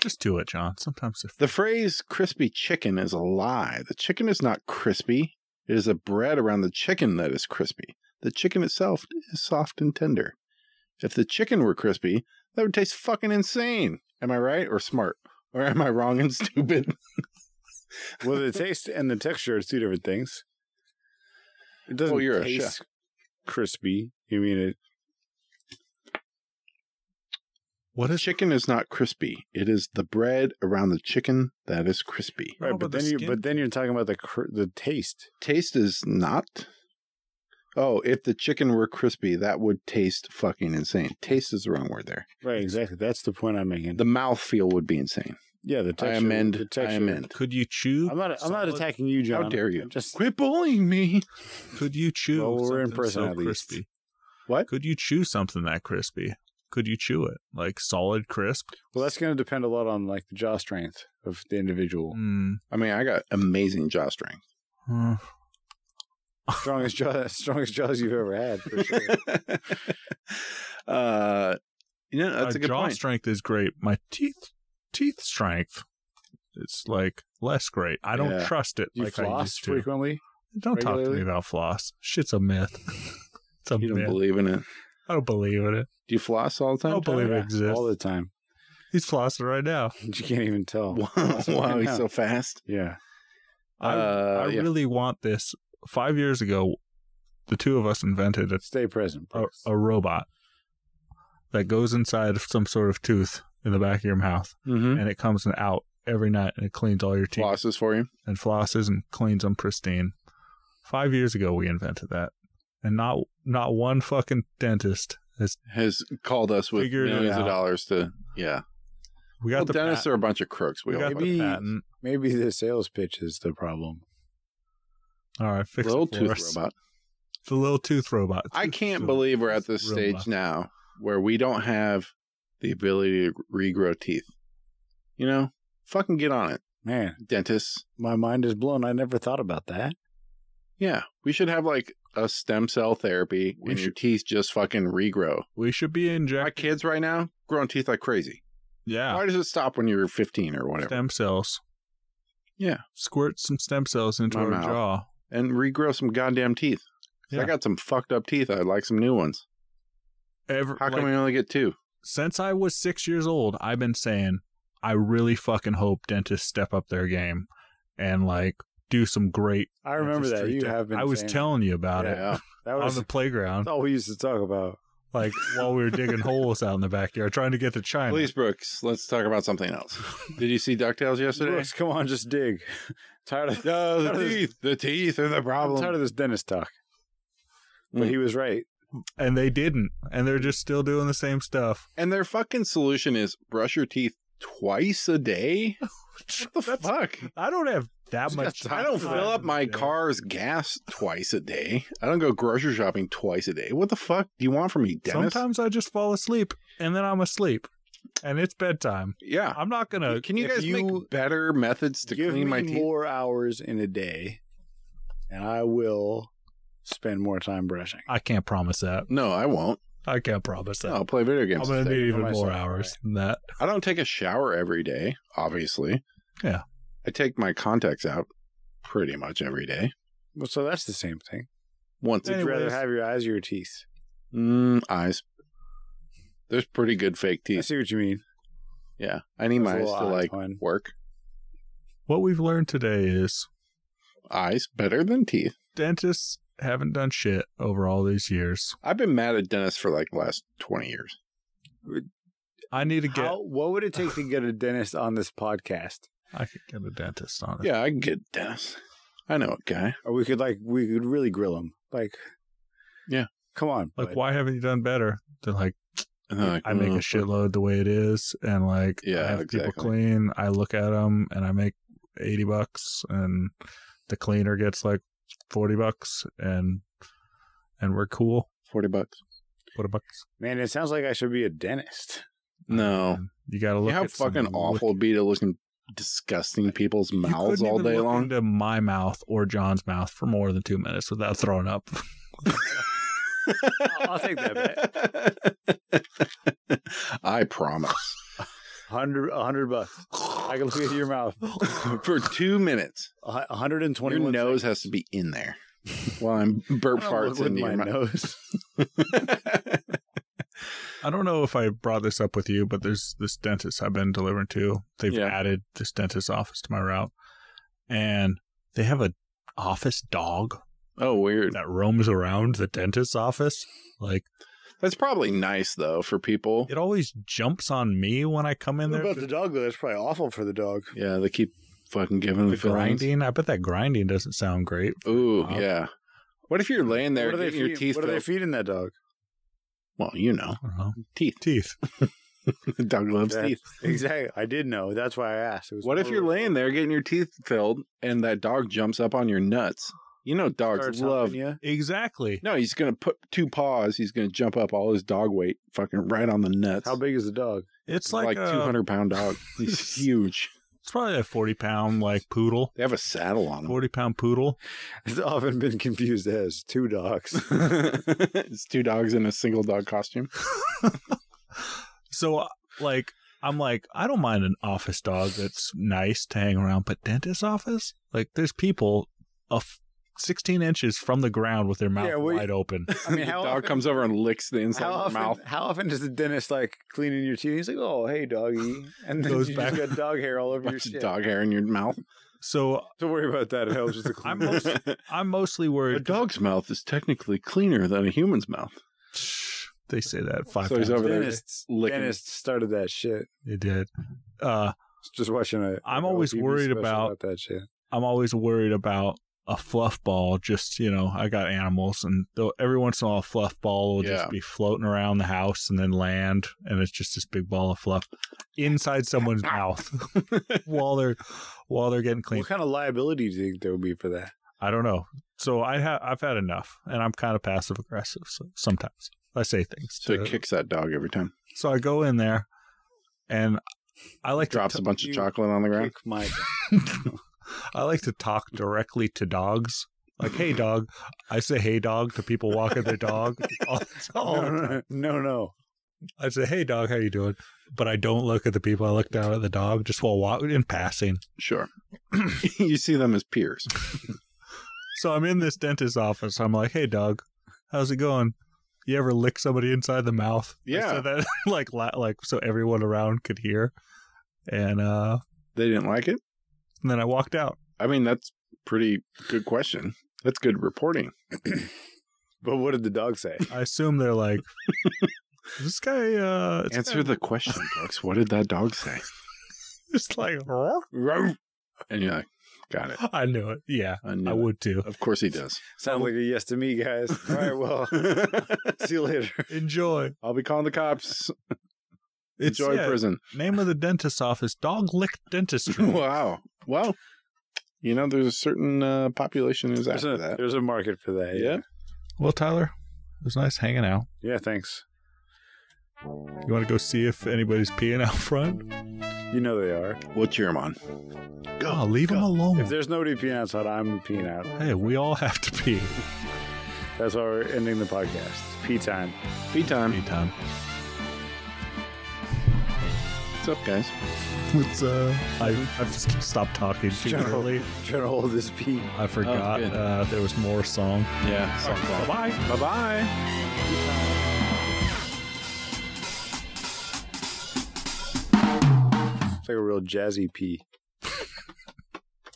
Speaker 3: Just do it, John. Sometimes they're
Speaker 1: The phrase crispy chicken is a lie. The chicken is not crispy. It is the bread around the chicken that is crispy. The chicken itself is soft and tender. If the chicken were crispy, that would taste fucking insane. Am I right or smart? Or am I wrong and <laughs> stupid?
Speaker 2: well, the taste and the texture are two different things. It doesn't
Speaker 1: Oh, you're a
Speaker 2: taste crispy. You mean it?
Speaker 3: what is
Speaker 1: chicken is not crispy. It is the bread around the chicken that is crispy.
Speaker 3: No,
Speaker 2: Right,
Speaker 3: but
Speaker 2: but
Speaker 3: the
Speaker 2: then you
Speaker 3: skin-
Speaker 2: but then you're talking about the cr- the taste.
Speaker 1: Taste is not. Oh, if the chicken were crispy, that would taste fucking insane. Taste is the wrong word there.
Speaker 2: Right, exactly. That's the point I'm making.
Speaker 1: The mouthfeel would be insane.
Speaker 2: yeah, the texture.
Speaker 1: I amend.
Speaker 2: The
Speaker 1: I
Speaker 2: texture.
Speaker 1: amend.
Speaker 3: Could you chew?
Speaker 2: I'm not. I'm not
Speaker 3: solid-
Speaker 2: attacking you, John.
Speaker 1: How dare you?
Speaker 2: Just
Speaker 1: Quit bullying
Speaker 3: <laughs>
Speaker 1: me.
Speaker 3: Could you chew?
Speaker 2: Well, we're in
Speaker 3: something
Speaker 2: person
Speaker 3: so
Speaker 2: at least.
Speaker 3: crispy?
Speaker 1: What?
Speaker 3: Could you chew something that crispy? Could you chew it like solid crisp?
Speaker 2: well, that's going to depend a lot on like the jaw strength of the individual.
Speaker 3: Mm,
Speaker 1: I mean, I got amazing jaw strength.
Speaker 3: huh. Mm.
Speaker 2: strongest jaw, <laughs> strongest jaws you've ever had.
Speaker 3: <laughs>
Speaker 2: For sure.
Speaker 1: <laughs> uh, you know, that's
Speaker 3: my
Speaker 1: a good
Speaker 3: jaw
Speaker 1: point.
Speaker 3: strength is great. My teeth teeth strength it's like less great. I don't
Speaker 1: Yeah.
Speaker 3: trust it
Speaker 2: You
Speaker 3: like I
Speaker 2: floss
Speaker 3: used to.
Speaker 2: frequently.
Speaker 3: Don't talk to
Speaker 2: regularly?
Speaker 3: me about floss. Shit's a myth. <laughs> it's a
Speaker 1: You don't
Speaker 3: myth.
Speaker 1: believe in it.
Speaker 3: I don't believe in it.
Speaker 1: Do you floss all the
Speaker 3: I
Speaker 1: time?
Speaker 3: don't believe it exists.
Speaker 2: <laughs> all the time.
Speaker 3: He's flossing right now.
Speaker 2: You can't even tell.
Speaker 1: Wow, <laughs> wow, he's
Speaker 2: Yeah.
Speaker 1: so fast.
Speaker 2: Yeah,
Speaker 3: I,
Speaker 1: Uh,
Speaker 3: I
Speaker 1: yeah.
Speaker 3: really want this. Five years ago, the two of us invented a
Speaker 2: stay present.
Speaker 3: a,
Speaker 2: please.
Speaker 3: a robot that goes inside of some sort of tooth in the back of your mouth
Speaker 1: Mm-hmm.
Speaker 3: and it comes and out every night and it cleans all your teeth
Speaker 1: Flosses for you.
Speaker 3: and flosses and cleans them pristine. Five years ago we invented that. And not not one fucking dentist has
Speaker 1: Has called us with
Speaker 3: Figured it
Speaker 1: millions of
Speaker 3: out.
Speaker 1: dollars to, yeah.
Speaker 3: we got
Speaker 1: Well,
Speaker 3: the
Speaker 1: dentists
Speaker 3: pat-
Speaker 1: are a bunch of crooks. We,
Speaker 3: we
Speaker 1: all
Speaker 3: got
Speaker 1: fucking-
Speaker 3: the
Speaker 2: Maybe-
Speaker 3: patent.
Speaker 2: Maybe the sales pitch is the problem.
Speaker 3: All right, fix
Speaker 1: little
Speaker 3: it for
Speaker 1: tooth
Speaker 3: us. <laughs>
Speaker 1: robot.
Speaker 3: The little tooth robot.
Speaker 1: I can't
Speaker 3: Tooth
Speaker 1: believe we're at this
Speaker 3: robot.
Speaker 1: stage now where we don't have the ability to regrow teeth. You know, fucking get on it,
Speaker 2: Man,
Speaker 1: dentists.
Speaker 2: my mind is blown. I never thought about that.
Speaker 1: Yeah, we should have like a stem cell therapy,
Speaker 3: We
Speaker 1: and your
Speaker 3: should-
Speaker 1: teeth just fucking regrow.
Speaker 3: We should be
Speaker 1: My
Speaker 3: injecting
Speaker 1: kids right now growing teeth like crazy.
Speaker 3: Yeah.
Speaker 1: Why does it stop when you're 15 or whatever?
Speaker 3: Stem cells.
Speaker 1: Yeah.
Speaker 3: Squirt some stem cells into
Speaker 1: My
Speaker 3: our
Speaker 1: mouth.
Speaker 3: jaw.
Speaker 1: And regrow some goddamn teeth. 'Cause
Speaker 3: Yeah.
Speaker 1: I got some fucked up teeth. I'd like some new ones.
Speaker 3: Every,
Speaker 1: How come
Speaker 3: like,
Speaker 1: we only get two?
Speaker 3: since I was six years old, I've been saying, I really fucking hope dentists step up their game and like do some great.
Speaker 2: I remember that.
Speaker 3: dentistry
Speaker 2: You
Speaker 3: tech.
Speaker 2: have been.
Speaker 3: I was
Speaker 2: saying
Speaker 3: telling you about it
Speaker 1: Yeah.
Speaker 2: that
Speaker 3: on
Speaker 2: was
Speaker 3: the
Speaker 1: <laughs>
Speaker 3: playground,
Speaker 2: that's all we used to talk about.
Speaker 3: like while we were digging holes out in the backyard trying to get to China.
Speaker 1: Please, Brooks, let's talk about something else. Did you see DuckTales yesterday?
Speaker 2: Brooks, come on, just dig. <laughs> tired of
Speaker 1: <laughs> No,
Speaker 2: Tired of
Speaker 1: the
Speaker 2: this-
Speaker 1: teeth. The teeth are the
Speaker 2: I'm tired
Speaker 1: problem.
Speaker 2: of this dentist talk. But
Speaker 1: Mm.
Speaker 2: he was right.
Speaker 3: And they didn't. And they're just still doing the same stuff.
Speaker 1: And their fucking solution is brush your teeth twice a day? What the
Speaker 3: That's-
Speaker 1: fuck?
Speaker 3: I don't have that
Speaker 1: Who's
Speaker 3: much.
Speaker 1: got time? I don't
Speaker 3: time
Speaker 1: fill up
Speaker 3: in
Speaker 1: my
Speaker 3: the day.
Speaker 1: car's gas twice a day. I don't go grocery shopping twice a day. What the fuck do you want from me, Dennis?
Speaker 3: Sometimes I just fall asleep and then I'm asleep and it's bedtime.
Speaker 1: yeah.
Speaker 3: I'm not going to.
Speaker 1: Can you
Speaker 2: if
Speaker 1: guys
Speaker 2: you
Speaker 1: make better methods to
Speaker 2: Give me
Speaker 1: clean my teeth?
Speaker 2: more hours in a day, and I will spend more time brushing.
Speaker 3: I can't promise that.
Speaker 1: No, I won't.
Speaker 3: I can't promise that.
Speaker 1: No, I'll play video
Speaker 3: I'm
Speaker 1: games.
Speaker 3: going to
Speaker 1: instead.
Speaker 3: need
Speaker 2: for
Speaker 3: even more
Speaker 2: myself,
Speaker 3: hours than that.
Speaker 1: I don't take a shower every day, obviously.
Speaker 3: Yeah.
Speaker 1: I take my contacts out pretty much every day.
Speaker 2: Well, so that's the same thing.
Speaker 1: Once
Speaker 2: Would
Speaker 1: a
Speaker 2: you rather
Speaker 3: Anyways.
Speaker 2: have your eyes or your teeth?
Speaker 1: mm, eyes. There's pretty good fake
Speaker 2: I
Speaker 1: teeth.
Speaker 2: see what you mean.
Speaker 1: Yeah. I need
Speaker 2: That's
Speaker 1: my
Speaker 2: a
Speaker 1: eyes to
Speaker 2: little
Speaker 1: like
Speaker 2: odd one.
Speaker 1: work.
Speaker 3: What we've learned today is
Speaker 1: Eyes better than teeth.
Speaker 3: dentists haven't done shit over all these years.
Speaker 1: I've been mad at dentists for like the last 20 years.
Speaker 3: I need to get.
Speaker 2: How, what would it take to get a dentist on this podcast?
Speaker 3: I could get a dentist on it.
Speaker 1: Yeah, I can get Dennis. I know a guy.
Speaker 2: Or we could like we could really grill him. Like,
Speaker 1: Yeah.
Speaker 2: come on.
Speaker 3: Like,
Speaker 2: bud.
Speaker 3: why haven't you done better? They're like,
Speaker 1: And they're like,
Speaker 3: I make a
Speaker 1: "Mm,
Speaker 3: shitload the way it is, and like,
Speaker 1: Yeah,
Speaker 3: I have people
Speaker 1: exactly.
Speaker 3: clean. I look at them, and I make eighty bucks, and the cleaner gets like forty bucks, and and we're cool.
Speaker 1: 40 bucks.
Speaker 3: Forty bucks.
Speaker 2: man? It sounds like I should be
Speaker 1: <laughs>
Speaker 2: a dentist.
Speaker 1: No.
Speaker 3: And you got to
Speaker 1: Oh. You
Speaker 3: look.
Speaker 1: know how
Speaker 3: at some
Speaker 1: fucking awful
Speaker 3: wicked-
Speaker 1: it'd be to look in disgusting people's
Speaker 3: You
Speaker 1: mouths
Speaker 3: couldn't
Speaker 1: all
Speaker 3: even
Speaker 1: day
Speaker 3: look
Speaker 1: long?
Speaker 3: into my mouth or John's mouth for more than two minutes without throwing up.
Speaker 2: I'll- I'll take
Speaker 1: that bet. <laughs> I promise.
Speaker 2: Hundred, a hundred bucks. I can look at
Speaker 1: <laughs>
Speaker 2: your mouth.
Speaker 1: For two minutes,
Speaker 2: A hundred and
Speaker 1: your
Speaker 2: twenty-one.
Speaker 1: nose has to be in there <laughs> while I'm burp farts
Speaker 2: in
Speaker 1: into
Speaker 2: my
Speaker 1: your mouth. <laughs>
Speaker 2: nose.
Speaker 3: I don't know if I brought this up with you, but there's this dentist I've been delivering to. They've
Speaker 1: Yeah.
Speaker 3: added this dentist office to my route, and they have a office dog
Speaker 1: oh, weird.
Speaker 3: that roams around the dentist's office. Like
Speaker 1: That's probably nice though for people.
Speaker 3: it always jumps on me when I come in
Speaker 2: What
Speaker 3: there.
Speaker 2: about the dog though? That's probably awful for the dog.
Speaker 1: Yeah, they keep fucking giving them
Speaker 3: The
Speaker 1: feelings.
Speaker 3: grinding. I bet that grinding doesn't sound great.
Speaker 1: Ooh,
Speaker 3: Wow.
Speaker 1: yeah. What if you're laying there
Speaker 2: Uh-huh. what are they
Speaker 1: getting your
Speaker 2: feed-
Speaker 1: teeth
Speaker 2: What are they
Speaker 1: filled?
Speaker 2: feeding that dog?
Speaker 1: Well, you know,
Speaker 3: I don't know.
Speaker 1: teeth. <laughs>
Speaker 3: Teeth.
Speaker 1: The dog loves
Speaker 2: That-
Speaker 1: teeth.
Speaker 2: <laughs> Exactly. I did know. That's why I asked. It was
Speaker 1: What if you're laying there getting your teeth filled and that dog jumps up on your nuts? You know, dogs
Speaker 2: Starts humping
Speaker 1: love.
Speaker 2: you.
Speaker 3: Exactly.
Speaker 1: No, he's gonna put two paws. He's gonna jump up all his dog weight, fucking right on the nuts.
Speaker 2: How big uh, is the dog? <laughs>
Speaker 3: It's
Speaker 1: like,
Speaker 3: like,
Speaker 1: like
Speaker 3: a-
Speaker 1: 200 pound dog. He's huge.
Speaker 3: It's probably a forty pound like poodle.
Speaker 1: They have a saddle on him.
Speaker 3: Forty pound poodle.
Speaker 2: It's often been confused as
Speaker 1: <laughs>
Speaker 2: two dogs.
Speaker 1: it's two dogs in a single dog
Speaker 2: <laughs>
Speaker 1: costume.
Speaker 3: so uh, like I'm like I don't mind an office dog that's nice to hang around, but dentist office like there's people a f- 16 inches from the ground with their mouth
Speaker 2: Yeah, well,
Speaker 3: wide open.
Speaker 2: I <laughs> mean,
Speaker 1: the
Speaker 2: how
Speaker 1: dog
Speaker 2: often,
Speaker 1: comes over and licks the inside
Speaker 2: how,
Speaker 1: of
Speaker 2: often,
Speaker 1: your mouth.
Speaker 2: how often does the dentist like cleaning your teeth? He's like, "Oh,
Speaker 1: <laughs>
Speaker 2: hey, doggy," and then
Speaker 3: Goes
Speaker 2: you
Speaker 3: back-
Speaker 2: just got dog hair all over your
Speaker 1: Bunch of
Speaker 2: shit.
Speaker 1: dog hair in your mouth.
Speaker 3: So
Speaker 2: Don't worry about that. It helps with the clean.
Speaker 3: I'm
Speaker 2: <laughs>
Speaker 3: most- I'm
Speaker 1: <laughs>
Speaker 3: mostly
Speaker 1: a
Speaker 3: worried.
Speaker 1: dog's mouth is technically cleaner than a human's mouth.
Speaker 3: Shh, They say that five
Speaker 1: So he's
Speaker 3: times.
Speaker 1: over there
Speaker 2: dentists,
Speaker 1: licking.
Speaker 2: dentists started that shit.
Speaker 3: They did. Uh,
Speaker 2: Just watching it.
Speaker 3: I'm always worried about-
Speaker 2: that shit.
Speaker 3: I'm always worried about a fluff ball. Just you know, I got animals, and though every once in a while, a fluff ball will
Speaker 1: Yeah.
Speaker 3: just be floating around the house and then land, and it's just this big ball of fluff
Speaker 1: <laughs>
Speaker 3: inside someone's mouth <laughs> while they're while they're getting clean.
Speaker 2: What kind of liability do you think there would be for that?
Speaker 3: I don't know. So I have I've had enough, and I'm kind of passive aggressive. So sometimes I say things.
Speaker 1: So
Speaker 3: to-
Speaker 1: it kicks that dog every time.
Speaker 3: so I go in there, and I like to
Speaker 1: Drops a bunch
Speaker 2: you-
Speaker 1: of chocolate on the ground.
Speaker 2: Kick my <laughs>
Speaker 3: <laughs> I like to talk directly to dogs. Like, hey, dog. I say, hey, dog to people walking their dog. all, all
Speaker 2: no,
Speaker 3: the <laughs>
Speaker 2: no,
Speaker 3: time.
Speaker 2: no, no, no.
Speaker 3: I'd say, "Hey, dog, how you doing?" But I don't look at the people. I look down at the dog just while walking in passing.
Speaker 2: <clears throat>
Speaker 1: Sure. <laughs> you see them as peers.
Speaker 3: So I'm in this dentist's office. I'm like, "Hey, dog, how's it going?" You ever lick somebody inside the mouth? I
Speaker 1: Yeah.
Speaker 3: said that <laughs> like la- like so everyone around could hear, and uh,
Speaker 1: They didn't like it?
Speaker 3: and then I walked out.
Speaker 1: I mean, that's pretty good question. That's good reporting.
Speaker 2: But what did the dog <laughs> say?
Speaker 3: I assume they're like, "This guy." Uh, it's
Speaker 1: Answer
Speaker 3: <laughs>
Speaker 1: the question, Brooks. What did that dog say?
Speaker 3: It's like, "Huh?"
Speaker 1: and you're like, got it.
Speaker 3: <laughs> I knew it. Yeah,
Speaker 1: knew
Speaker 3: <gasps> I
Speaker 1: it.
Speaker 3: would too.
Speaker 1: Of course he does.
Speaker 2: Sounds like a yes to me, guys. <laughs> All right, well, see you later.
Speaker 3: <laughs> Enjoy.
Speaker 1: I'll be calling the cops.
Speaker 3: It's
Speaker 1: Enjoy
Speaker 3: yeah,
Speaker 1: prison. <laughs>
Speaker 3: name of the dentist's office. Dog lick dentistry.
Speaker 1: wow. Well, you know, there's a certain uh, population who's
Speaker 2: There's
Speaker 1: after
Speaker 2: a,
Speaker 1: that.
Speaker 2: there's a market for that. Yeah.
Speaker 3: well, Tyler, it was nice hanging out.
Speaker 2: Yeah, thanks.
Speaker 3: You want to go see if anybody's peeing out front?
Speaker 2: You know they are.
Speaker 1: We'll cheer him on. Go,
Speaker 3: Oh, leave them
Speaker 1: go.
Speaker 2: If
Speaker 3: alone.
Speaker 2: there's nobody peeing outside, I'm peeing out.
Speaker 3: Hey, we all have to pee.
Speaker 2: That's why we're ending the podcast. It's pee time.
Speaker 1: Pee time.
Speaker 3: Anytime.
Speaker 1: What's up, guys?
Speaker 3: It's uh, I I've just stopped talking too
Speaker 2: Sure.
Speaker 3: early.
Speaker 2: Trying to hold this pee.
Speaker 3: I forgot
Speaker 1: good.
Speaker 3: uh, there was more song.
Speaker 1: Yeah.
Speaker 3: Bye.
Speaker 1: Bye bye.
Speaker 2: It's like a real jazzy pee.